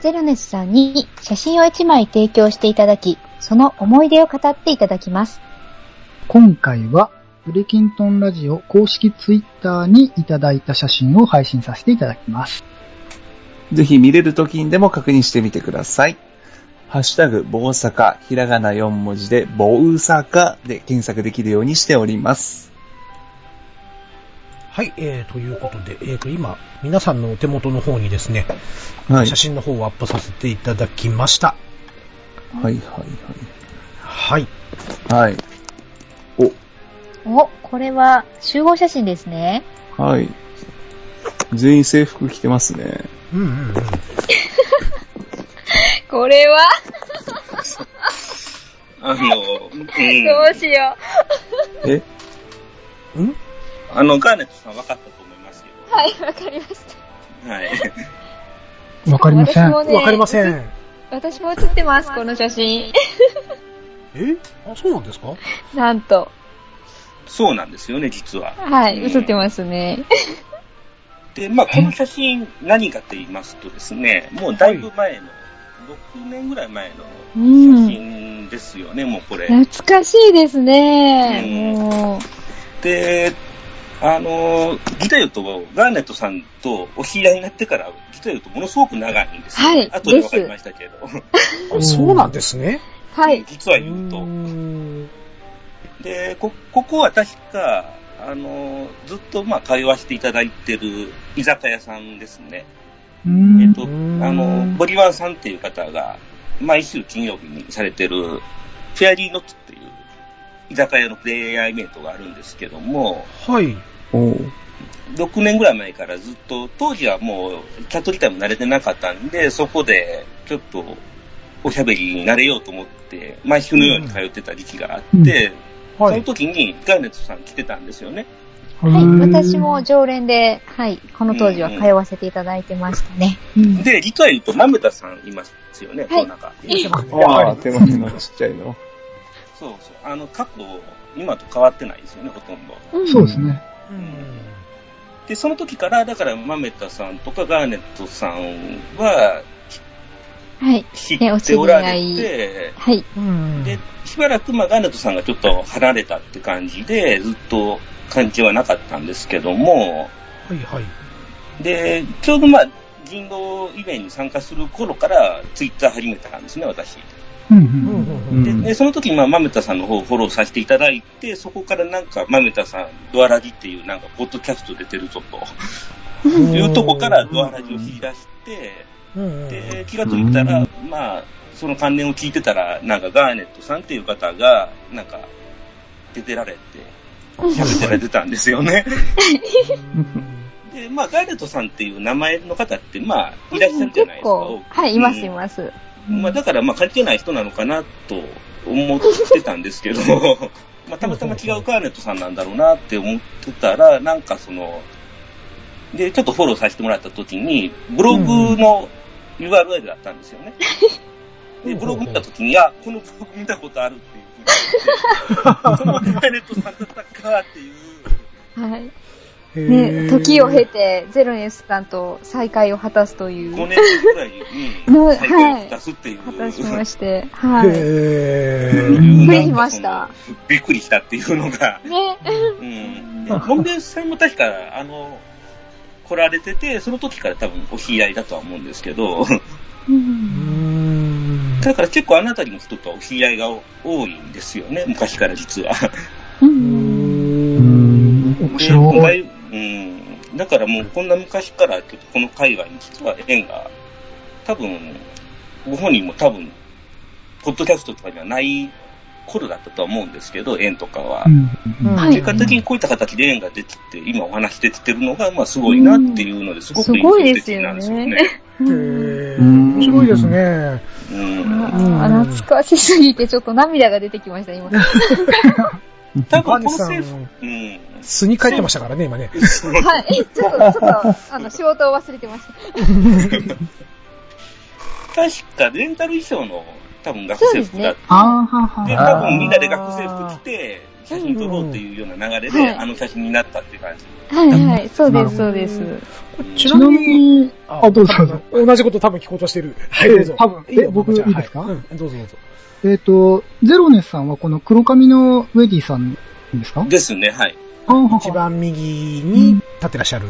ゼロネスさんに写真を1枚提供していただき、その思い出を語っていただきます。
今回は、ブリキントンラジオ公式ツイッターにいただいた写真を配信させていただきます。
ぜひ見れる時にでも確認してみてください。ハッシュタグ、棒坂、ひらがな4文字で、棒坂で検索できるようにしております。
はい、えー、ということで、えー、と、今、皆さんのお手元の方にですね、
はい。
写真の方をアップさせていただきました。
はい、はい、
はい。
はい。はい。
お、これは集合写真ですね。
はい。全員制服着てますね。
うんうんうん。
これは
あの、う
ど
ん
うしよ
え
ん
あの、ガーネットさん分かったと思います
う。はい、わかりました。
よ。はい。
わかりません。
私もね
わかりません。
私も写ってます、この写真。
えあ、そうなんですか
なんと。
そうなんですよね、実は。
はい、
うん
写ってますね。
で、まあ、この写真、何かと言いますとですね、もうだいぶ前の、6年ぐらい前の
うん
写真ですよね、もうこれ。
懐かしいですね。
うん
もう。
で、あの、ギタヨとガーネットさんとお知り合いになってから、ギタヨとものすごく長いんですよ。
はい
後で分かりましたけど。
あそうなんですね。
はい。
実は言う
うー
と。
ん
で、こ、ここは確か、あの、ずっとまあ会話していただいてる居酒屋さんですね。
う
えっ、
ん。
と、
う
あ
ん
の、ボリワンさんっていう方が、毎週金曜日にされてる、フェアリーノッツっていう居酒屋のプレイヤーイベントがあるんですけども、
はい。
おう
6年ぐらい前からずっと、当時はもう、キャット自体も慣れてなかったんで、そこで、ちょっと、おしゃべりになれようと思って、毎週のように通ってた時期があって、
は
そ
い
の。時にガーネットさん来てたんですよね。
はい、私も常連で、はい、この当時は通わせていただいてましたね。
うん。
で、理解言うと、ナムタさんいますよね、
い
この中。
ああ、手間手のちっちゃいの。
そうそう。あの、過去、今と変わってないですよね、ほとんど。
うん
そうですね。
うん
で、その時から、だから、マメタさんとかガーネットさんは
はい。
知っ
ねお知
て
り合い
おられて、
はい。
うん
で、しばらく、まあ、ガーネットさんがちょっと離れたって感じで、ずっと感じはなかったんですけども、
はいはい。
で、ちょうどまあ、人道イベントに参加する頃から、ツイッター始めたんですね、私。
うんう
うんうん
ん
う
うんん
で、でその時に、まあ、マメタさんの方をフォローさせていただいて、そこからなんか、マメタさん、ドアラジっていう、なんか、ポッドキャスト出てるぞと、いうとこからドアラジを引き出して、
うんうん
で、気がついたら、まあ、その関連を聞いてたら、なんか、ガーネットさんっていう方が、なんか、出てられて、喋ってられてたんですよね。で、まあ、ガーネットさんっていう名前の方って、まあ、いらっしゃるじゃな
結
いですか。
構、はい、います、い
す。
ます。
まあ、だから、まあ、関係ない人なのかな、と思ってたんですけど、まあ、たまたま違うガーネットさんなんだろうな、って思ってたら、なんかその、で、ちょっとフォローさせてもらった時に、ブログの URL だったんですよね。で、ブログ見た時に、いや、このブログ見たことあるっていうふうに思って、このガーネットさんだったか、っていう。
はい。
へー
ね、時を経て、ゼロネスさんと再会を果たすとい
5
う、
年ぐらい
もう
に、最高を出すっていう。
果たしまして、はい。
へ
う
ー
ん
びっくりしました。
びっくりしたっていうのが。
ね、
うん。で本田さんも確か、あの、来られてて、その時から多分お知り合いだとは思うんですけど、
うん
だから結構あなたりの人とはお知り合いが多いんですよね、昔から実は。
うん
面白い。
でうん。だからもうこんな昔からちょっとこの界隈に実は縁が、多分、ご本人も多分、ポッドキャストとかにはない頃だったとは思うんですけど、縁とかは。
うん
は
結果的にこういった形で縁ができて、今お話できてるのが、まあすごいなっていうので、すごく印象的なんですよね。
へー面白いですね。
うん。
あー懐かしすぎて、ちょっと涙が出てきました、 今。は
多
ガー
分
ネ
この
さ
政府、
ん、
うん。
巣に帰ってましたからね、今ね。
い。ちょっと、ちょっと、あの、仕事を忘れてました。
確かレンタル衣装の多分学生服だっ
ああ、はは
た。で、多分みんなで学生服着て、写真撮ろうっていうような流れ
うん
で、
はい
あの写真になったっていう感じ。
はいはい、そうです、そ
な
う
る
で
ほど
す。
うん
ち
ちなみに、
あ
あ、どうぞどうぞ。
同じこと多分聞こうとしてる。はい、どうぞ。
多分え
いいよ
僕
まこちゃん
いいですか
はうんどうぞどうぞ。
えっと、ゼロネスさんはこの黒髪のウェディさんですか
ですね、はい。
あはは
一番右に立ってらっしゃる。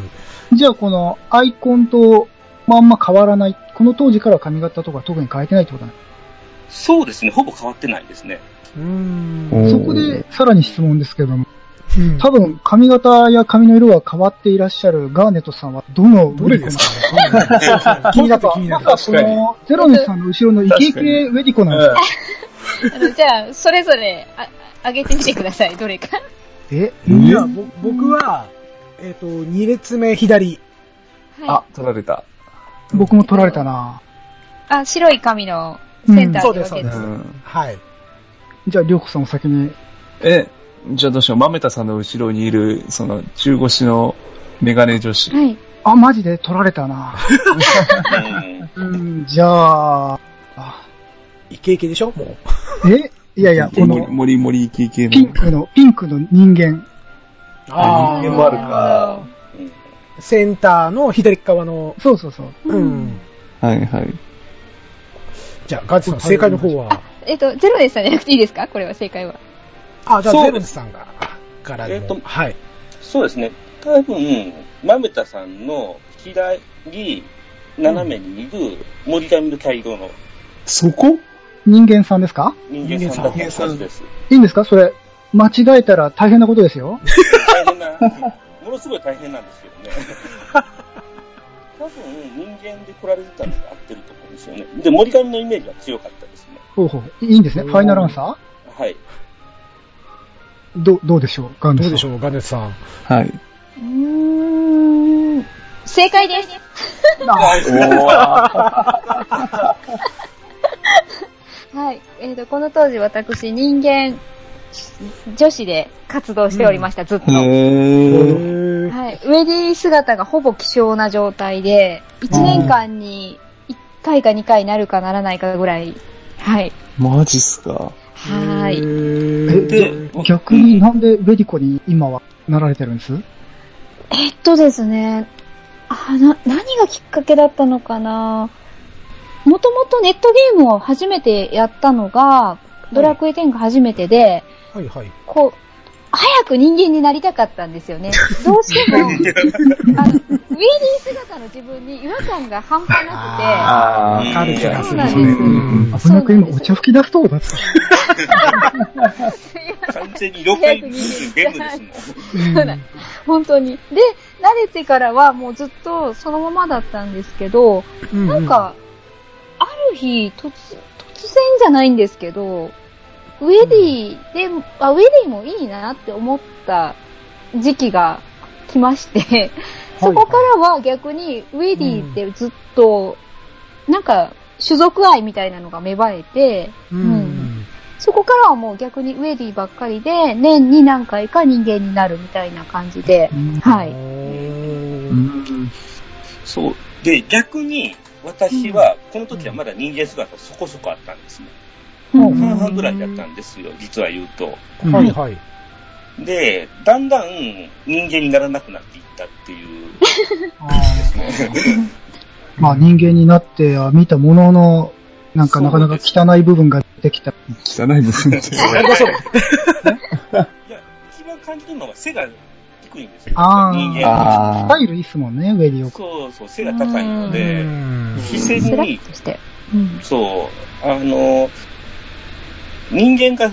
じゃあこのアイコンと、まああんま変わらない。この当時から髪型とか特に変えてないってことなんで
そうですね、ほぼ変わってないですね。
うーん。
おー
すそこで、さらに質問ですけども、
うん
多分髪型や髪の色が変わっていらっしゃるガーネットさんはどの
どれですかね気になった、気にな
ま
った。
さかその、ゼロネスさんの後ろのイケイケウェディコなんですか
あのじゃあ、それぞれ、あ、あげてみてください、どれか。
え
いや、ぼ僕は、えっと、2列目左。
はい。
あ、取られた。
僕も取られたな
あ
あ、白い紙のセンターで分けて、
うん
う
そ
ん。
はい。
じゃあ、りょうこさんお先に。
え、じゃあどうしよう。マメタさんの後ろにいる、その、中腰のメガネ女子。
はい。
あ、マジで取られたな。
うん
うん、じゃあ、あ
イケイケでしょもう。
えいやいや、この、
森、森、イケイケ
ピ
の
ン。クの、ピンクの人間。
あ人間もあるか。
センターの左側の、
そうそうそう。
うん。
はいはい。
じゃあ、ガッツさん、正解の方は。
えっと、ゼロですさんじゃなくていいですかこれは正解は。
あ、じゃあ、
そう
ゼロズさんが、から
えっ
の
と、
はい。
そうですね。多分、マメタさんの左、斜めにいる森上の茶色の
そこ
人間さんですか
人間さんだったはずです。
いいんですかそれ、間違えたら大変なことで すよ。
大変な、ものすごい大変なんですけ どね。多分、人間で来られてたのが合ってると思うんですよね。で、森上のイメージは強かったですね。
ほうほう。いいんですね。
うん
ファイナルアンサ
はい。
ーどう、どうでしょうガン
どうでし
う
ょう、ガネツさん。
はい。
うーん。正解です。
おー。
はい。えっ、と、この当時私、人間、女子で活動しておりました、ずっと。はい。
へー。
ウェディ姿がほぼ希少な状態で、1年間に1回か2回なるかならないかぐらい。はい。
マジっすか。
は
へ
い。
ー
え逆になんでベリコに今はなられてるんです
えっとですね、あな何がきっかけだったのかなもともとネットゲームを初めてやったのが、ドラクエ10が初めてで、
はいはい。
こう、早く人間になりたかったんですよね。どうしても、あのウェディ姿の自分に違和感が半端な
あ
わかる気がするね。
そうなんで
う
すよ
ん
危なく今お茶吹き出すとこだった。
完全に妖怪人間ゲームですも
く
ん。
て、本当に。で、慣れてからはもうずっとそのままだったんですけど、なんか、ある日、突、突然じゃないんですけど、ウェディで、あ、ウェディもいいなって思った時期が来まして、そこからは逆にウェディってずっと、なんか、種族愛みたいなのが芽生えて、
う
うん。そこからはもう逆にウェディばっかりで、年に何回か人間になるみたいな感じで、は
お
い。
ー
そう。で、逆に、私は、この時はまだ人間姿そこそこあったんですね。
もう
半々ぐらいだったんですよ、実は言うと。
はいはい。
で、だんだん人間にならなくなっていったっていう。
まあ人間になっては見たものの、なんかなかなか汚い部分が出てきた。
汚いですね。
いや、一番感じるのは背が低いんですよ。
あー
人間
あ
ス
ー
タイルいいっすもんね、ウェディオク。
そうそう、背が高いの
う
で、
ん
視線
スラ
に
ッ、として。うん。
そう、あの、人間が、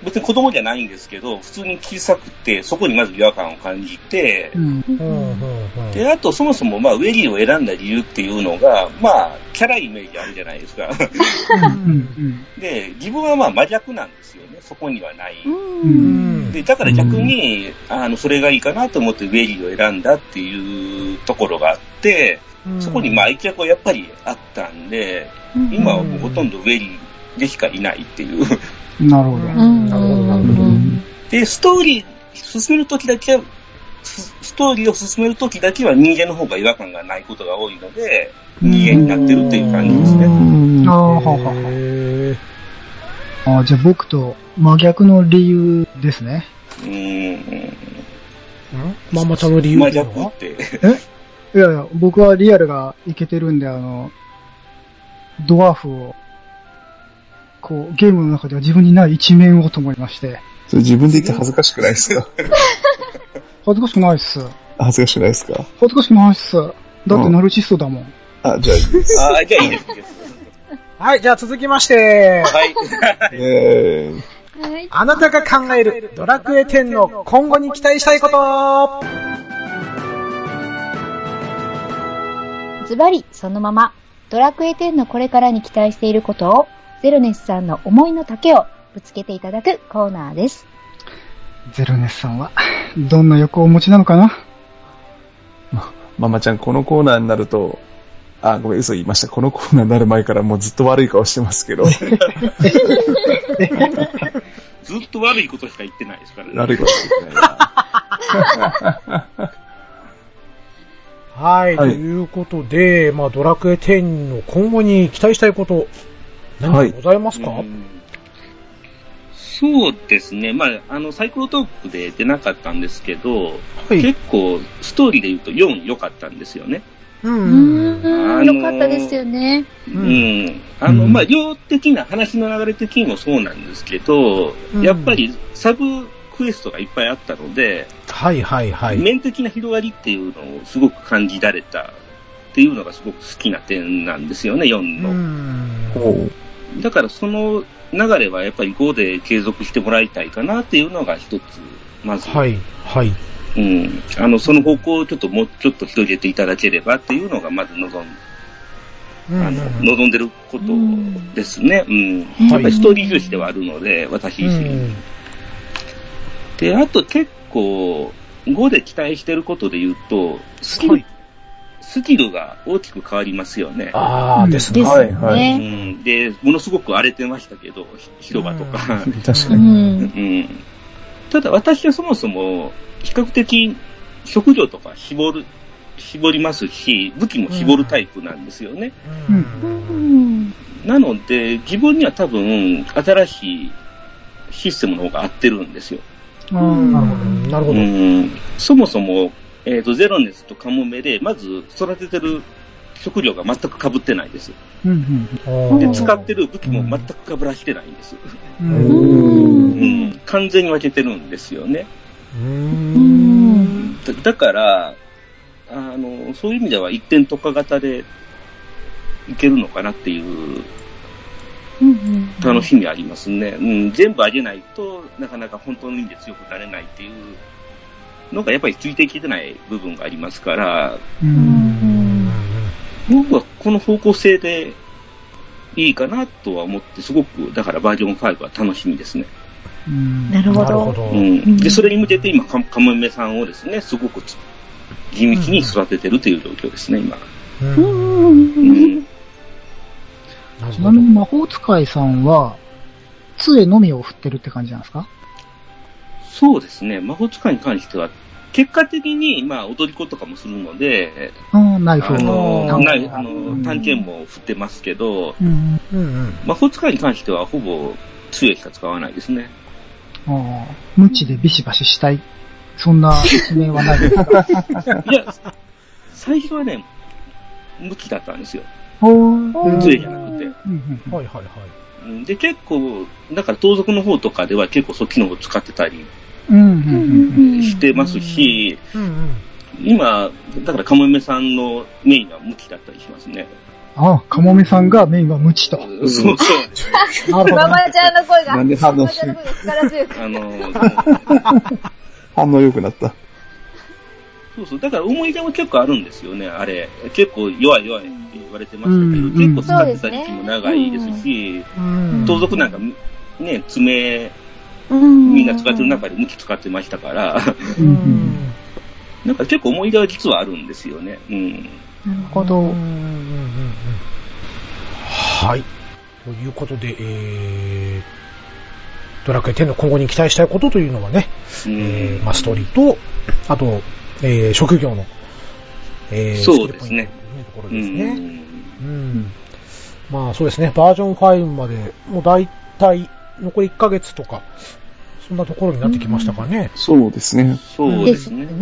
別に子供じゃないんですけど、普通に小さくて、そこにまず違和感を感じて
う、ん。
うんうんうん
で、あとそもそもまあ、ウェリーを選んだ理由っていうのが、まあ、キャライメージあるじゃないですか。
うん。
で、自分はまあ真逆なんですよね。そこにはない。
うん。
う
うん。
ん
で、だから逆に、あの、それがいいかなと思ってウェリーを選んだっていうところがあって、そこにまあ愛着はやっぱりあったんで、今はもうほとんどウェリーでしかいないっていう。
なるほ
う
ど。
んなるほどなるほど。
で、ストーリー進めるときだけは、スストーリーを進めるときだけは人間の方が違和感がないことが多いので、人間になってるっていう感じですね。
ああ、はあはあは
へー
ああー、じゃあ僕と真逆の理由ですね。
うん。
んママちゃんの理由
まあ
っていう
逆
のは
って。
いやいや、僕はリアルがいけてるんで、あの、ドワーフを、こう、ゲームの中では自分にない一面をと思いまして、
それ自分で言って恥ずかしくないですか
恥ずかしくないっす。
恥ずかしくないですか
恥ずかしくないっす。だってナルシストだもん。
あ、じゃ
ああ、じゃあいいです。いいです
はい、じゃあ続きまして、
はい。
あ、えー、
はい。
あなたが考えるドラクエ10の今後に期待したいこと
ズバリ、そのまま。ドラクエ10のこれからに期待していることを、ゼロネスさんの思いの丈をぶつけていただくコーナーです。
ゼロネスさんは、どんな欲をお持ちなのかな
ママちゃん、このコーナーになると、あ、ごめん、嘘言いました。このコーナーになる前からもうずっと悪い顔してます けど、
ずっと悪いことしか言ってないですからね。
悪いこと言ってないな。
はい、
はい
ということで、まあ、ドラクエ10の今後に期待したいこと、何かございますか、
うんそうですね。まあ、あの、サイコロトークで出なかったんですけど、
い
結構、ストーリーで言うと4良かったんですよね。
う。
うんーん、よかったですよね。
う
うんん。あの、
うん
まあ、量的な、話の流れ的にもそうなんですけど、
うん
やっぱりサブクエストがいっぱいあったので、
はいはいはい。
面的な広がりっていうのをすごく感じられたっていうのがすごく好きな点なんですよね、4
う
の。
ん。
ほう
だからその流れはやっぱり5で継続してもらいたいかなっていうのが一つ、まず、
はいはい。
うん。あの、その方向をちょっともうちょっと広げていただければっていうのがまず望ん
うん
あの、望んでることですね。うん。
い
やっぱりストーリー重視ではあるので、私
う
自身。
ん。
で、あと結構、5で期待してることで言うと、スキル、
はい
スキルが大きく変わりますよね。
ああ、ですね。
です
はい
よ
は
う
ね。
ん。で、ものすごく荒れてましたけど、ひ広場とか。
確
う
かに。
ん。
うん。ただ私はそもそも、比較的、職業とか絞る、絞りますし、武器も絞るタイプなんですよね。
う。
うんん。
なので、自分には多分、新しいシステムの方が合ってるんですよ。
うん
なるほど。なるほ
う
ど。
ん。そもそも、えっ、と、ゼロネスとカモメで、まず育ててる食料が全く被ってないです。
うん
おー
で、使ってる武器も全く被らしてないんです。
うん
う
うん
ん
うん。完全に分けてるんですよね。
うーん。
だだから、あの、そういう意味では一点特化型でいけるのかなっていう
うん。
楽しみありますね。うん、全部あげないとなかなか本当の意味で強くなれないっていうのがやっぱりついていけてない部分がありますから、
うん。
僕はこの方向性でいいかなとは思って、すごく、だからバージョン5は楽しみですね。
うん
なるほ
なるほ
ど。
ど
う
う。
ん
ん。で、それに向けて今、カカモメさんをですね、すごく地道に育ててるという状況ですね、今。
うん
うん。
なる
うん
ほ
ち
ど
なみに魔法使いさんは、杖のみを振ってるって感じなんですか
そうですね、魔法使いに関しては、結果的に、まあ、踊り子とかもするので、
うん、ナイフ
あ
あ
の、
ー
ない、あ
う
の、
ん
探検も振ってますけど、
うん。
うんうん。
魔法使いに関しては、ほぼ、杖しか使わないですね。
ああ無知でビシバシしたい。そんな説明はないですか
いや、最初はね、無知だったんですよ。
ほー
うん
杖じゃなくて。
うんうんうん
はいはいはい。
うんで、結構、だから盗賊の方とかでは結構そっちの方を使ってたり
うんう
うん
ん
してますし、
うんうん。
今、だからカモメさんのメインは無知だったりしますね。
ああ、カモメさんがメインは無知と。
そうそう。
なるほど
ママちゃんの声が。
なんで
マ
反応
マ
し
ちゃんの声が力強く。
あの、でも
反応良くなった。
そうそう。だから思い出も結構あるんですよね、あれ。結構弱い弱いって言われてましたけど、
うん
結構使ってた時期も長いですし、
うん
盗賊なんか、ね、爪、み
み
んな使ってる中で無知使ってましたから、
う
うんん
なんか結構思い出は実はあるんですよね。うん。
なるほど。
うんう
うん
うんうんはい。ということで、えー、ドラクエ10の今後に期待したいことというのはね、
う
えー、
ん
まあ、ストーリーと、あと、えー、職業の、えー、
そうですね
スキルポイントというところ
う
ですね。
ん
うん。まあ、そうですね。バージョン5まで、もう大体、残り1ヶ月とか、そんなところになってきましたかね。
そうですね。
そうですね。
ね。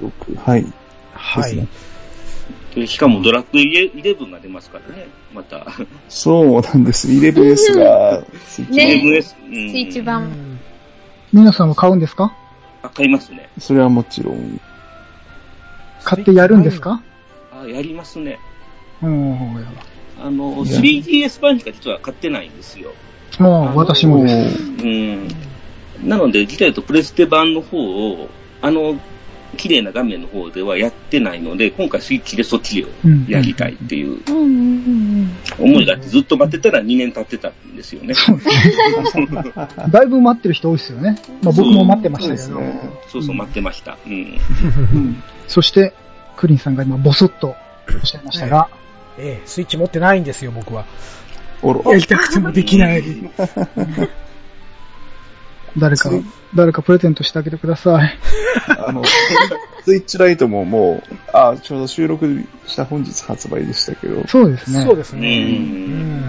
16はい。
は
です
い
ね。
でしかもドラクエ11が出ますからね、また。
そうなんです。11S が、スイッチ
ね
MS。うん
スイッチ
う
版。
ん
皆さんは買うんですか
あ、買いますね。
それはもちろん。
買ってやるんですか
あ、やりますね。
うん、や
あの、
いや
3DS 版しか実は買ってないんですよ。
だもう、私もです。
うん。なので、実は言うとプレステ版の方を、あの、綺麗な画面の方ではやってないので、今回スイッチでそっちを
うん
やりたいっていう
うんうん
思いがあって、ずっと待ってたら2年経ってたんですよね。
だいぶ待ってる人多いですよね。まあ僕も待ってましたけ
そ
ど。
うですね
そうそう、待ってました。うん。
うん
そして、クリンさんが今、ボソッと、おっしゃいましたが、
ええ、スイッチ持ってないんですよ、僕は。
おろ
やりたくてもできない。
誰か、誰かプレゼントしてあげてください。
あの、 スイッチライトももう、あ、ちょうど収録した本日発売でしたけど、
そうですね。
そうです
う。
ね。うんん。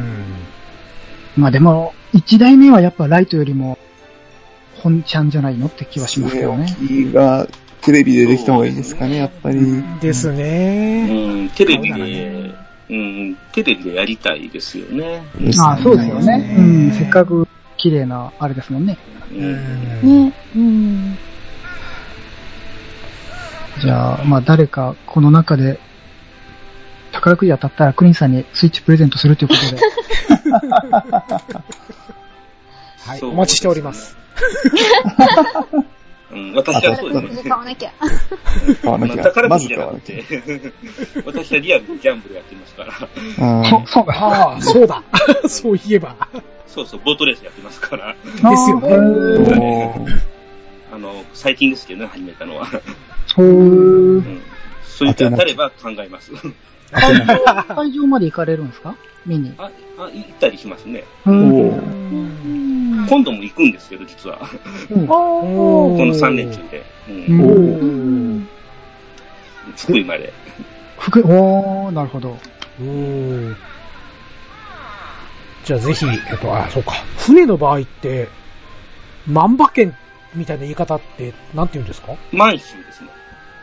まあでも、一台目はやっぱライトよりも、本ちゃんじゃないのって気はしますけどね。
大きいがテレビでできた方がいいですかね、やっぱり。
ですね。
うん、テレビ
そうだ
で
ね、
うん、テレビでやりたいですよね。
ああ、そうですよね。
う
うんん、せっかく綺麗な、あれですもんね。
う。
うんん。
ね。うん。
じゃあ、まあ誰かこの中で、宝くじ当たったらクリンさんにスイッチプレゼントするという ことで。
はい、
そう
お待ちしております。
うん、私はそうです
買
ね。
わなきゃ。
買わなきゃ。
宝
ま
くじ
ず
じ
買
ゃ
わ
なく
なき
て、 私はリアルにギャンブルやってますから。
ゃ。うん
そそうだ。
ああ、そうだ。 そういえば。
そうそう、ボートレースやってますから。
ですよね
あー
おー
あの、最近ですけどね、始めたのは。
ほう
うん。そういった当たれば考えます。
会場会場まで行かれるんですか見に。
あ、あ、行ったりしますね。
お
おー
今度も行くんですけど、実は。
お
この3連中で。う。
うんん
おー
うん。
福井まで。
福おー、なるほど。
うんじゃあぜひ、えっと、あ、そうか。船の場合って、万馬券みたいな言い方って、なんて言うんですか
満州ですね。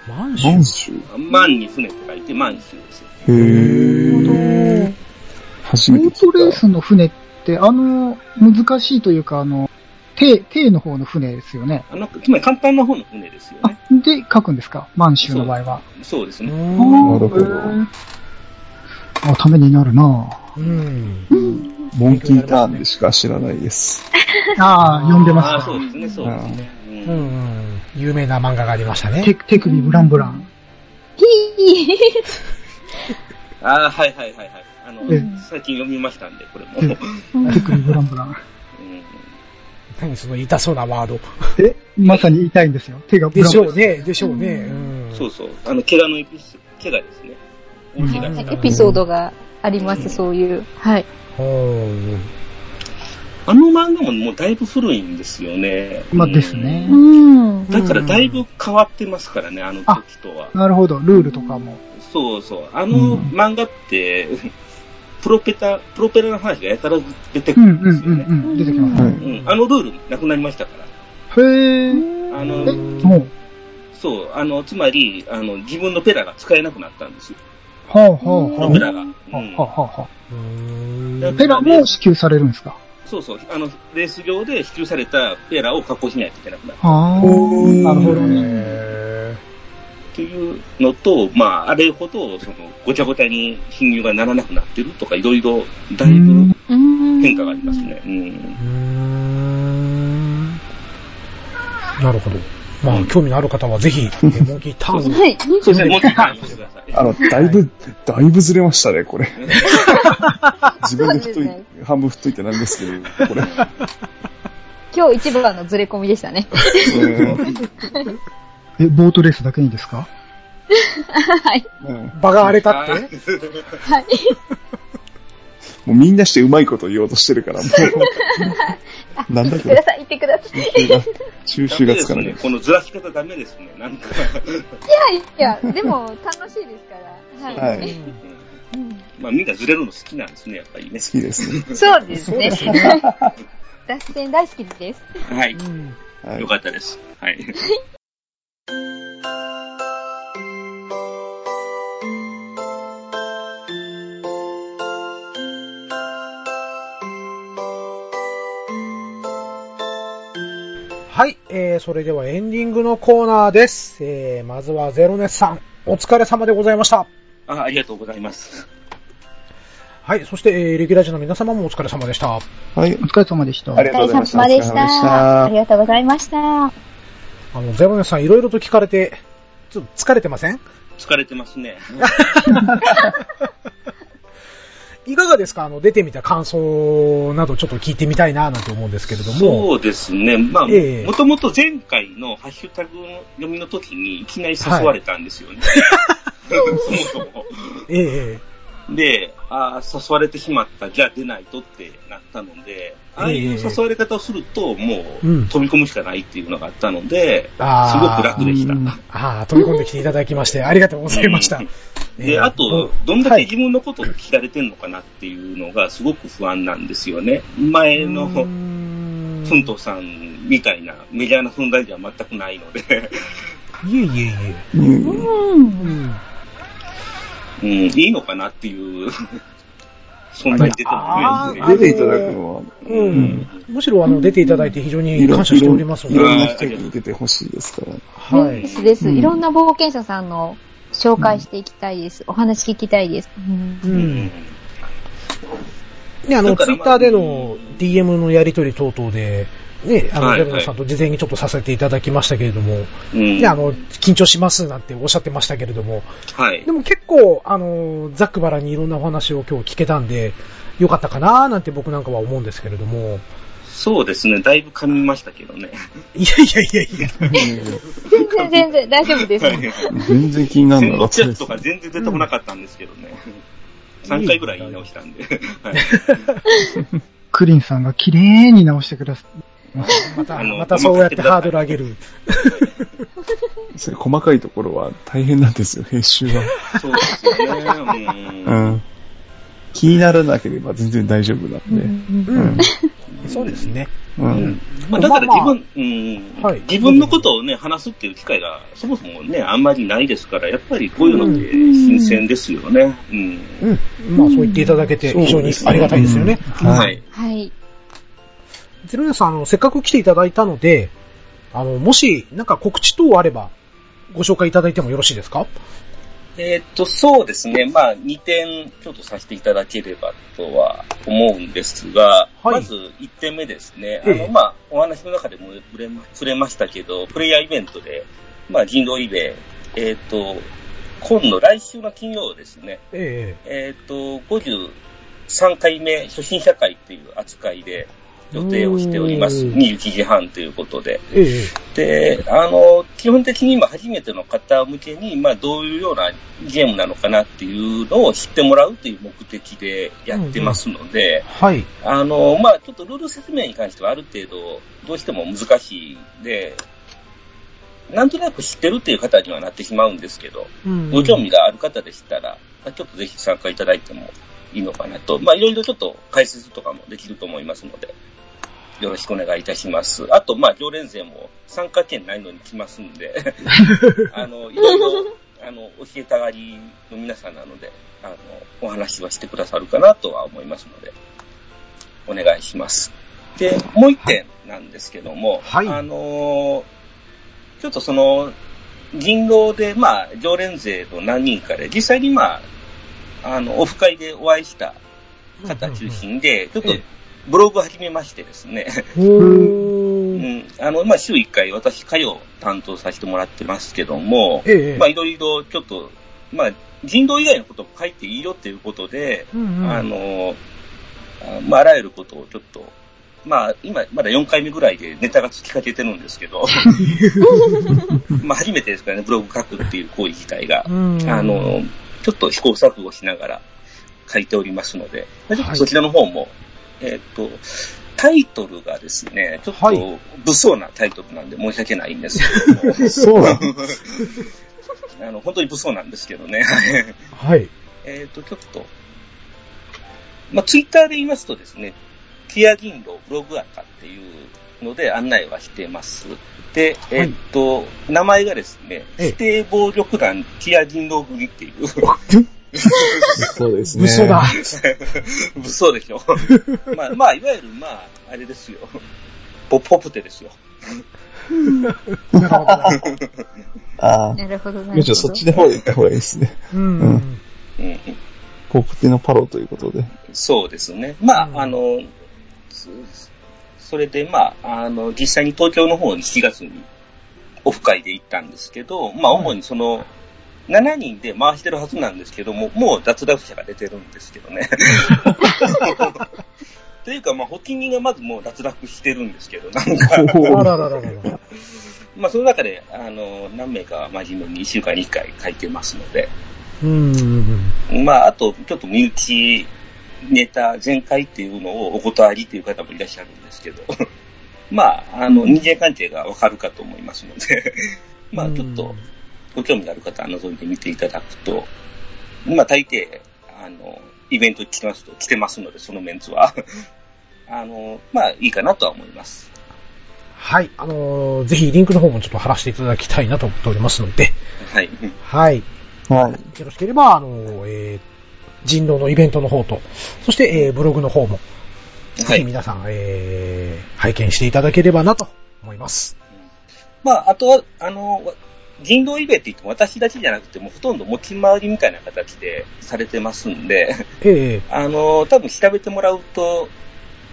満州
満州
満に船って書いて満州です。
へー。初
ボ
めて
ートレ
聞
ー
いた。
スの船って、あの、難しいというか、あの、艇、艇の方の船ですよね。
あの、つまり簡単な方の船ですよ
あ
ね。、
で、書くんですか満州の場合は。
そうです
う
ね。
ん
なるほど。
あ、ためになるな
うん。
モンキーターンでしか知らないです。
ぁ。ああ、読んで
あ
ま
あ、
す
そうですね、そうですね。
う
うん
ん。有名な漫画がありましたね。
手手首ブランブラン。
ああ、はいはいはいはい。あの
ええ、
最近読みましたんで、これも。
え手首ブランブラン。
うん
何その痛そうなワード。
え、まさに痛いんですよ。手がブ
で
ラン
し
ブ
ょ
ラ
うね、でしょうね。うん。
そうそう。あの、怪我のエピソード、怪我ですね。大怪我
うん
エピソードがあります、そういう。はい。
ほ
あの漫画ももうだいぶ古いんですよね。
ン。まあですね
う。ん
う。ん。だからだいぶ変わってますからね、あの時とは。
なるほど。ルールとかも。
そうそう。あの漫画って、 プロペタ、プロペラの話がやたら出てく
うん
る
うん
ですよ
ん
ね。
うんうん。出てきます
は
ね。
い。
うんあのルールなくなりましたから。
へえ。え、
あの、
もう。
そう、あの、つまり、あの、自分のペラが使えなくなったんですよ。
はあはあ
プロ
は
ペラが。うん
あ。はあはあは
う。うん。
だ
あ。ペラも支給されるんですか
そうそう、あの、レース上で支給されたペラを確保しないといけなくなる。
ああ。なるほどね。
へ
っていうのと、まあ、あれほど、その、ごちゃごちゃに貧乳がならなくなってるとか、いろいろ、だいぶ変化がありますね。うん
ーう。ーん。なるほど。まあ、興味のある方はぜひ、えモンキーターンを
はい。
そうですね、もうちょっと話してください。
あの、だいぶ、だいぶずれましたね、これ。自分で太
そうです
い、半分太いってなんですけど、これ。
今日一番のズレ込みでしたね。
え、ボートレースだけにですか
うん
場が荒れたって
もうみんなしてうまいこと言おうとしてるから、もう。なん
行
だ
って
こ
くだ
れ。
さい、行ってください。い
収
ダメ
集が
で
つ
す
かない
ね。。このずらし方ダメですね。なんか。
や、でも楽しいですから。はい。
はい。好
うんまあみんなずれるの好きなんですね、やっぱりね。
きですね。
そうですね。 脱線大好きです。
はい。
はい
よ。かったです。はい。
はい、えー、それではエンディングのコーナーです。えー、まずはゼロネスさん、お疲れ様でございました。
あありがとうございます。
はい、そして、えー、レギュラージの皆様もお疲れ様でした。
はい
お。疲れ様でした。
ありがとうございました。お疲れ様でした
あり。がとうございました。
あの、ゼロネスさん、いろいろと聞かれて、ちょっと疲れてません
疲れてますね。
いかがですかあの、出てみた感想などちょっと聞いてみたいな、なんて思うんですけれども。
そうですね。まあ、
ええ
もともと前回のハッシュタグの読みの時にいきなり誘われたんですよね。そも そも。
ええ
で、ああ、誘われてしまった、じゃあ出ないとってなったので、ああいう誘われ方をすると、もう
うん
飛び込むしかないっていうのがあったので、
あ
す
ー
ごく楽でした。
うん
ああ、飛び込んできていただきまして、ありがとうございました。ええ
で、あと、どんだけ自分のことを聞かれてるのかなっていうのがすごく不安なんですよね。前
う
の、
ーん
ふんとさんみたいなメジャーな存在では全くないので、
いえいえいえ。
うん。
うん
うん、いいのかなっていう、 存在出てもいいです
出
ね。
ていただくのは、
うんむしろあの出ていただいて非常に感謝しておりますの
い
で、
ろ
ろ
ん
ん
な
な
人
人
に
に
出てほしいですから。
は
で
い。
すです。
うん
いろんな冒険者さんの紹介していきたいです。お話聞きたいです。うん
う
うんん。
ね、あの、
だか
ツイ
ら
ッ
ま
ター
あ
での DM のやり取り等々で、ね、あの、
はい
ゼロノさんと事前にちょっとさせていただきましたけれども、
うん
ね、あの、緊張しますなんておっしゃってましたけれども、
はい
で。も結構、あの、ざっくばらんにいろんなお話を今日聞けたんで、よかったかなーなんて僕なんかは思うんですけれども、
そうですね、だいぶ噛みましたけどね。
いやいやいやいや、
全然全然大丈夫です。
全然気にならなかっ
チ
た
ェ
で
ッ
す
と。か全然出てこなかったんですけどね。3回ぐらい言い直したんで。はい
クリンさんが綺麗に直してください。
また、
あの
またそうやってハードル上げる。
それ細かいところは大変なんですよ、編集 は。
そうですよね。
う
うん
ん。気にならなければ全然大丈夫なんで。
うん。そうですね。
うん。
まあ、だから
まあ
自
まあ
分、うん
はい
自分のことをね、話すっていう機会が、そもそもね、あんまりないですから、やっぱりこういうのって新鮮ですよね。うん。
うん。まあそう言っていただけて非常にありがたいですよね。
はい。。
はい。
ゼロネさん、あの、せっかく来ていただいたので、あの、もし、なんか告知等あれば、ご紹介いただいてもよろしいですか
えーっと、そうですね。まあ、2点ちょっとさせていただければとは思うんですが、
はい
まず1点目ですね。あ
ええ
の、まあ、お話の中でも触れま触れましたけど、プレイヤーイベントで、まあ、人狼イベ、えーっと、今度来週の金曜ですね。
え
えっ、と、53回目初心者会っていう扱いで予定をしております。
うん
21時半ということで。
えええ
で、あの、基本的に今初めての方向けに、まあどういうようなゲームなのかなっていうのを知ってもらうという目的でやってますので、
はい。
あの、まあちょっとルール説明に関してはある程度どうしても難しいんで、なんとなく知ってるっていう方にはなってしまうんですけど、
うん
ご興味がある方でしたら、まあちょっとぜひ参加いただいてもいいのかなと。まあ、いろいろちょっと解説とかもできると思いますので、よろしくお願いいたします。あと、まあ、常連勢も参加権ないのに来ますんで、あの、いろいろ、あの、教えたがりの皆さんなので、あの、お話はしてくださるかなとは思いますので、お願いします。で、もう一点なんですけども、
はい
あの、ちょっとその、人狼で、まあ、常連勢と何人かで、実際にまあ、あの、オフ会でお会いした方中心で、ちょっと
ええ
ブログを始めましてですね、
おー
うん、あの、まあ、週1回私、歌謡を担当させてもらってますけども、
ええええ
まあ、いろいろちょっと、まあ、人道以外のことも書いていいよっていうことで、
うんうん
あの、あまあ、あらゆることをちょっと、まあ、今、まだ4回目ぐらいでネタがつきかけてるんで すけど、まあ、初めてですからね、ブログ書くっていう行為自体が。
うん
あの、ちょっと試行錯誤しながら書いておりますので、まあちょっ
は
と
い
そちらの方も、えーっと、タイトルがですね、ちょっ
は
と
い
物騒なタイトルなんで申し訳ないんですけ ども、
そうなの
あの、本当に物騒なんですけどね。
はい。
えーっと、ちょっと、まあ、ツイッターで言いますとですね、ティア銀狼ブログアカっていうので案内はしてます。で、えーっと、名前がですね、
ええ
指定暴力団ティア銀狼組っていう、
そうですね。
嘘だ。
嘘で しょ。まあ、まあ、いわゆる、まあ、あれですよ。ポポプテですよ。
なるほどな。
ああ。
なるほど、な
む
る
し
ほ
ろそ
ど
っ。ちの方で行った方がいいですね。
うん。
う
うんうん、
ポップテのパロということで。
そうですね。まあ、
うん
あの、そそれで、まあ、あの、実際に東京の方に7月にオフ会で行ったんですけど、まあ、主にその、7人で回してるはずなんですけども、もう脱落者が出てるんですけ どね。 というか、まあ、発起人がまずもう脱落してるんですけど、なんか、
あららららら。
まあ、その中で、あの、何名かは真面目に1週間に1回書いてますので、
うんうん
まあ、あと、ちょっと身内ネタ全開っていうのをお断りという方もいらっしゃるんですけど、 まあ、あの、人間関係がわかるかと思いますので、 まあ、ちょっと、ご興味のある方は覗いてみていただくと、まあ、大抵、あの、イベント来てますと、来てますので、そのメンツは。 あの、まあ、いいかなとは思います。
はい。あのーぜひリンクの方もちょっと貼らせていただきたいなと思っておりますので、
はい。
はい。
はい。
よろしければ、あのーえー人狼のイベントの方と、そして、えーブログの方も、
は
ぜひ
い。
皆さん、えー拝見していただければなと思います。
まあ、あとは、あの、わ人道イベントって言っても私だけじゃなくて、もうほとんど持ち回りみたいな形でされてますんで、
え
あの、多分調べてもらうと、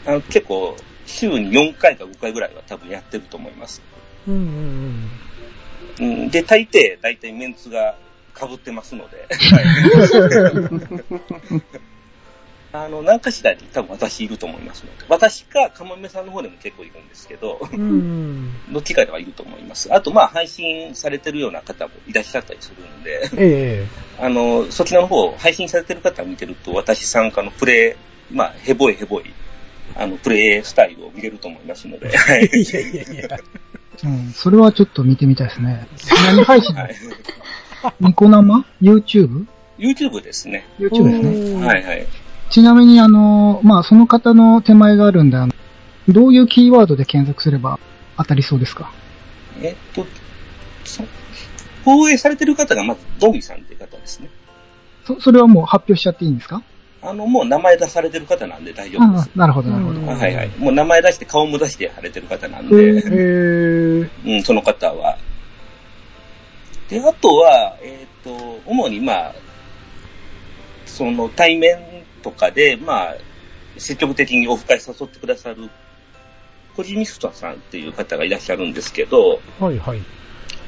あの結構、週に4回か5回ぐらいは多分やってると思います。
ーうんうん
うん、で、大抵、大体メンツが被ってますので、あの、何かしらに多分私いると思いますので、私か、かまめさんの方でも結構いるんですけど、
うん。うん
どっちかではいると思います。あと、まあ、配信されてるような方もいらっしゃったりするんで、
え
あの、そちらの方、配信されてる方を見てると、私参加のプレイ、まあ、ヘボいヘボい、あの、プレイスタイルを見れると思います ので、はい
え。。 いやいやいや。
うん、それはちょっと見てみたいですね。何配 信
はい
ニコ生 ?YouTube?YouTube
YouTube ですね。
ですね。
はいはい。
ちなみに、あの、まあ、その方の手前があるんで、あのどういうキーワードで検索すれば当たりそうですか
えっと、そ放映されてる方がまずドミさんという方ですね。
そ、それはもう発表しちゃっていいんですか
あの、もう名前出されてる方なんで大丈夫で
あ
す。
あ、なるほど、なるほど。
うん
あはいはい。もう名前出して顔も出してされてる方なん
へ
で、
えー、
うん、その方は。で、あとは、えっ、と、主にまあ、その対面とかで、まあ、積極的にオフ会誘ってくださる、コジミスタさんっていう方がいらっしゃるんですけど、
はいはい。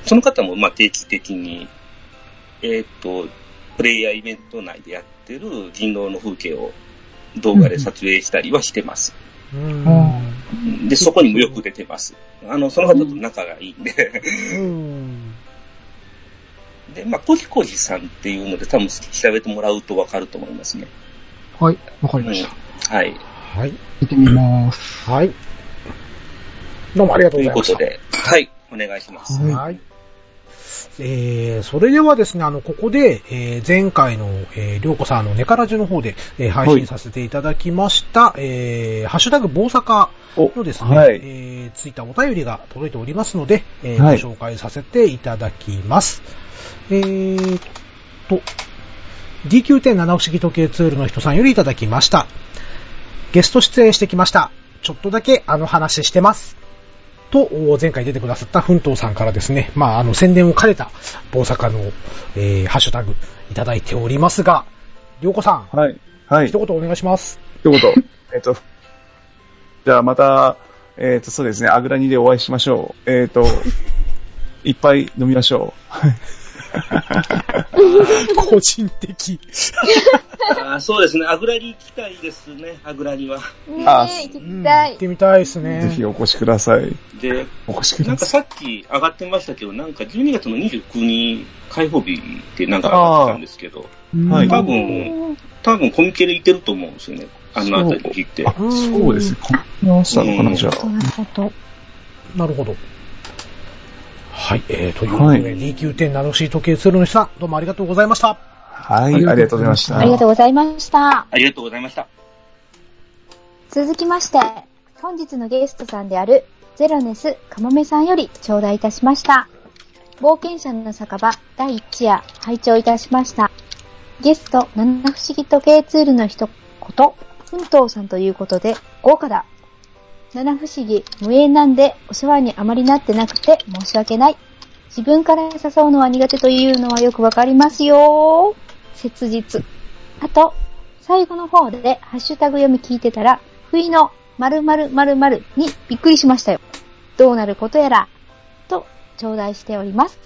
その方もまあ定期的に、えっ、と、プレイヤーイベント内でやってる人狼の風景を動画で撮影したりはしてます。
うん
で、そこにもよく出てます。あの、その方と仲がいいんで。
うん。
で、まあ、コジコジさんっていうので多分調べてもらうとわかると思いますね。
はい、わか
う
り
ん
ました。
はい。
はい。
見てみます。
はい。どうもありがと
と
う
い
ご
う
ざいました
こと。で、はい、お願いします。
はい
はい。えー、それではですね、あの、ここで、えー、前回の、えー、りょうこさんのネカラジの方で、えー、配信させていただきました、えー、ハッシュタグ、棒坂
お
のですね、
はい
えー、ツイッターお便りが届いておりますので、えー
はい
ご紹介させていただきます。えーっと、D9.7 不思議時計ツールの人さんよりいただきました。ゲスト出演してきました。ちょっとだけあの話してます。と、お前回出てくださった奮闘さんからですね、まあ、あの、宣伝を兼ねた、大阪の、えーハッシュタグ、いただいておりますが、りょうこさん、
はい。はい。
一言お願いします。
一言。えっと、 じゃあまた、えっと、そうですね、あぐらにでお会いしましょう。えっと、いっぱい飲みましょう。
個人的。
あーそうですね、あぐらに行きたいですね、あぐらには。
ね
あ
え、行
うん
きた
行っ
い。
てみたいですね。
ぜひお越しください。
で、
お越しく
なん
だ
か
さい。
さっき上がってましたけど、なんか12月の29に開放日ってなんか上がってたんですけど、
はい
多分、多分コミケでいてると思うんですよね。あの辺りの日って。
あ、そうですね。こんなしたのかな、じゃあ。
なるほど。はい、えー、ということで、
はい
D9.7 シート系ツールの人さん、どうもありがとうございました。
はい、ありがとうございました。
ありがとうございました。
ありがとうございました。
続きまして、本日のゲストさんである、ゼロネスカモメさんより頂戴いたしました。冒険者の酒場第1夜、拝聴いたしました。ゲスト、七不思議時計ツールの一言、奮闘さんということで、豪華だ。七不思議、無縁なんで、お世話にあまりなってなくて申し訳ない。自分から誘うのは苦手というのはよくわかりますよ。切実。あと、最後の方でハッシュタグ読み聞いてたら、不意の〇〇〇〇にびっくりしましたよ。どうなることやら、と頂戴しております。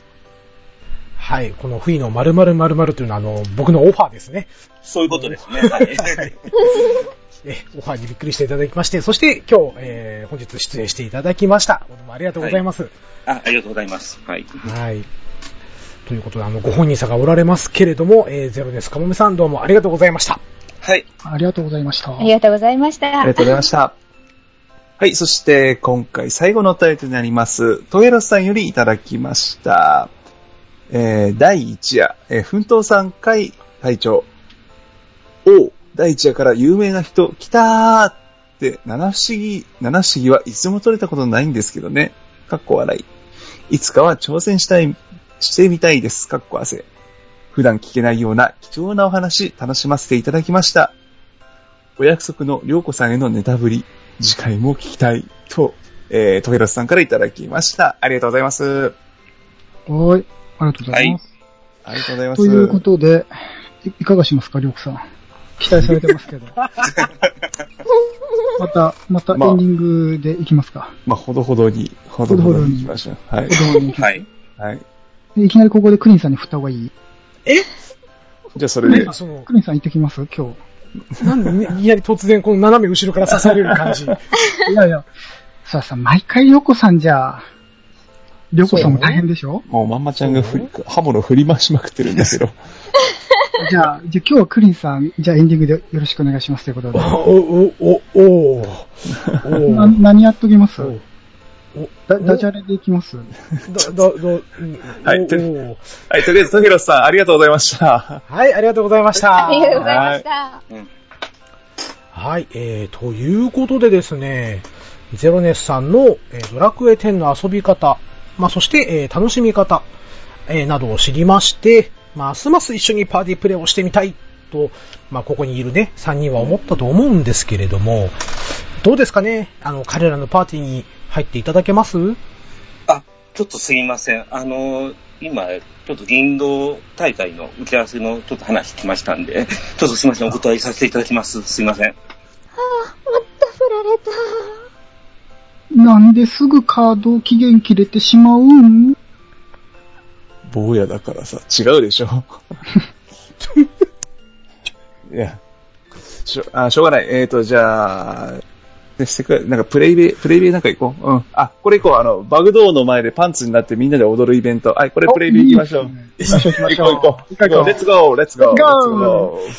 はい、この不意の〇〇〇〇というのは、あの、僕のオファーですね。
そういうことですね。はい。
え、オファーにびっくりしていただきまして、そして今日、えー本日出演していただきました。どうもありがとうございます。
あ、ありがとうございます。はい。
はい。ということで、あの、ご本人さんがおられますけれども、えー、ゼロです。かもめさんどうもありがとうございました。
はい。
ありがとうございました。
ありがとうございまし
あ
た
りが。とうございました。はい、そして今回最後のお便りとなります、トエロスさんよりいただきました。えー、第1夜、えー、奮闘3回会長。おう第1夜から有名な人、来たーって、七不思議、七不思議はいつも取れたことないんですけどね。かっこ笑い。いつかは挑戦したい、してみたいです。かっこ汗。普段聞けないような貴重なお話、楽しませていただきました。お約束のりょうこさんへのネタぶり、次回も聞きたい、と、えー、トゲロスさんからいただきました。ありがとうございます。
はい。ありがとうございます。
ありがとうございます。
ということで、いいかがしますか、りょうこさん。期待されてますけど。 また、またエンデ
まあ
ィングでいきますか。
まあ、ほどほどに、ほどほどに行きましょう。はい。
はい。
はい。
で いきなりここでクリンさんに振った方がいい。
じゃあ、それで
あ、その、
クリンさん行ってきます今
なんで、ね、いきなり突然、この斜め後ろから刺される感じ。
日。いやいや、さあさ、毎回りょうこさんじゃ、りょうこさんも大変でしょ
もう、まんまちゃんが振り、刃物を振り回しまくってるんですよ。
じゃあ、じゃあ今日はクリンさん、じゃあエンディングでよろしくお願いしますということ
お、
で。
お、お、お、お、お、
な何やっときます
お
だダジャレでいきます
だ、だ、だ、うん
はいと
おお
はい、とりあえず、トゲロスさん、ありがとうございました。
はい、ありがとうございました。
ありがとうございました。
はい、えー、ということでですね、ゼロネスさんの、えードラクエ10の遊び方、まあ、そして、えー楽しみ方、えーなどを知りまして、まあ、ますます一緒にパーティープレイをしてみたいと、まあ、ここにいるね、3人は思ったと思うんですけれども、どうですかねあの、彼らのパーティーに入っていただけます
あ、ちょっとすみません。あの、今、ちょっと銀道大会の打ち合わせのちょっと話聞きましたんで、 ちょっとすみません。お断りさせていただきます。すみません。
また振られた。
なんですぐカード期限切れてしまうん
坊やだからさ、違うでしょ。 いや、しょ、あ、しょうがない。えっ、ー、と、じゃあ、ねせっかく、なんかプレイベイ、プレイベイなんか行こう。うん。あ、これ行こう。あの、バグドーの前でパンツになってみんなで踊るイベント。はい、これプレイベイ行きましょう。
行きましょう、行きま
行
し
こう
ょ
行こう。
う。行こう
レッツゴー、レッツゴー。
Let's go
レッ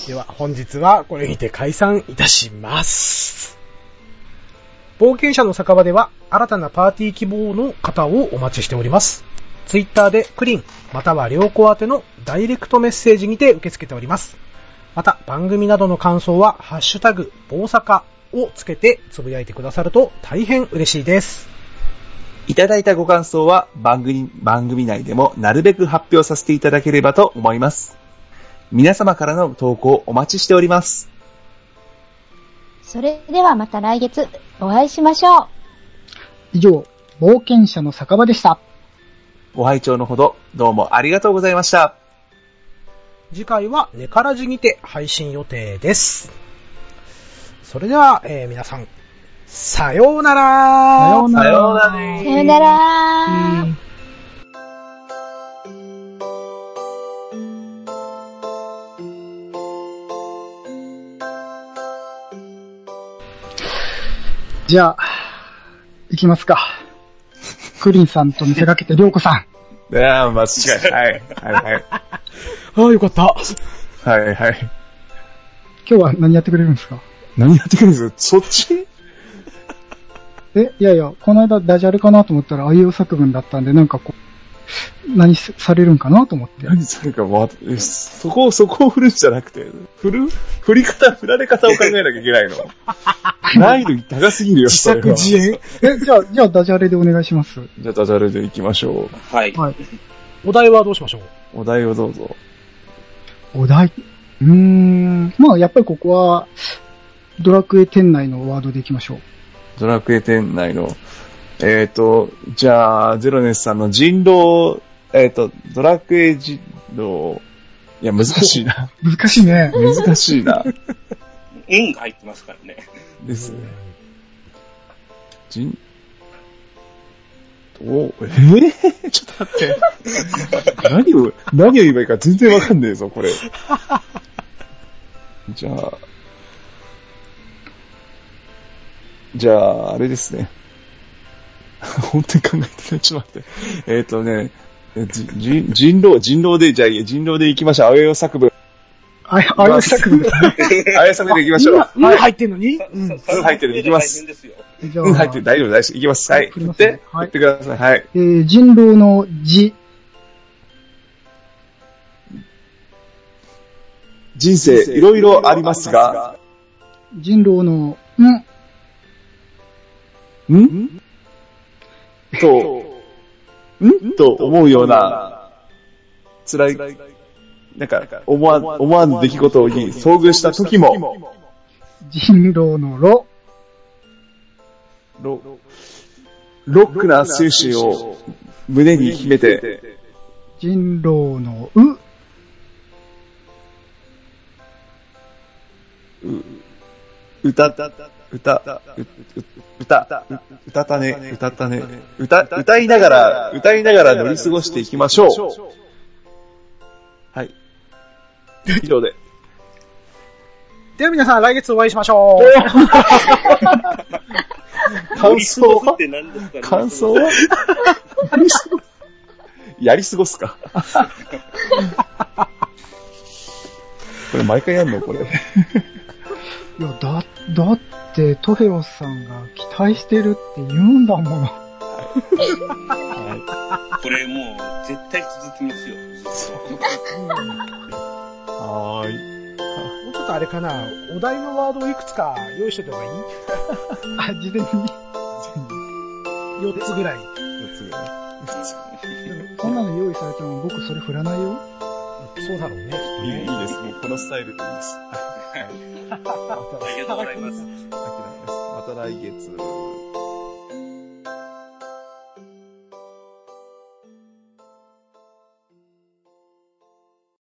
ツ
では、本日はこれにて解散いたします。冒険者の酒場では、新たなパーティー希望の方をお待ちしております。ツイッターでクリン、または良子宛てのダイレクトメッセージにて受け付けております。また、番組などの感想は、ハッシュタグ、大阪をつけてつぶやいてくださると大変嬉しいです。
いただいたご感想は番組、番組内でもなるべく発表させていただければと思います。皆様からの投稿お待ちしております。
それではまた来月お会いしましょう。
以上、冒険者の酒場でした。
ご拝聴のほど、どうもありがとうございました。
次回はネカラジにて配信予定です。それでは、えー皆さん、さようなら
さような
さ
ら。
ようなら。
さよなら。
じゃあ、行きますか。クリンさんと見せかけて、りょうこさん。
いやー、まあ、確かに。はい。はい、
ああ、よかった。
はい。はい、はい。
今日は何やってくれるんですか
何やってくるんですかそっち
え、いやいや、この間ダジャレかなと思ったら、あいうえお作文だったんで、なんかこう、何すされるんかなと思って。
何それか、わ、えそこを、そこを振るんじゃなくて、振る振り方、振られ方を考えなきゃいけない の。難易度高すぎるよ、
自
それ
作
は。
自演
え、じゃあ、じゃあダジャレでお願いします。
じゃあ、ダジャレで行きましょ
はい。
はい。
お題はどうしましょう
う。お題をどうぞ。
お題。うーん。まあ、やっぱりここは、ドラクエ店内のワードでいきましょう。
ドラクエ店内の、えっ、と、じゃあ、ゼロネスさんの人狼、えっ、と、ドラクエ人狼、いや、難しいな。
難しいね。
難しいな。
円が入ってますからね。
ですね。人、お、えー、 ちょっと待って。 何を、何を言えばいいか全然わかんねえぞ、 これ。じゃあ、じゃあ、あれですね。 本当に考えてない。ちょっと待って。えっ、とね、えじ人人狼、人狼で、じゃあ、人狼で行きましょう。あや作文。
あや、あや作文ですね。
あや作文で行きましょう
今。、うん入ってんのにうん。
うん入ってるいきます
大変ですよ。
じゃあ、
うん、入ってる、大丈夫、大丈夫。行きます。はい。
送り
振
ま
っ
すね
て、
はい
振ってください。はい。
えー人狼の字、
人生、いろいろありますが、
人狼の、ん、
んと、んと思うような、辛い、なんか、思わん、思わぬ出来事に遭遇した時も、
人狼のろ、
ロロックな精神を胸に秘めて、
人狼のう、
歌、歌、歌、歌、歌ったね、歌ったね、歌、歌いながら、歌いながら乗り過ごしていきましょう。はい。以上で。
では皆さん、来月お会いしましょう。
感想
乗り過ごす
は
って何ですかね
感想はやり過ごすか。これ毎回やんのこれ。
いや、だ、だって、トヘロスさんが期待してるって言うんだもの。
これもう、絶対続きますよ。
はーい。
もうちょっとあれかな、お題のワードをいくつか用意しといた方が
あ、
い
事前に。
い ?4 つぐらい。
そんなの用意されても僕それ振らないよ。
そうだろうね、きっと
いい
ね。
いいです。もうこのスタイルでいいです。はい。
ありがとうございます。
また来月。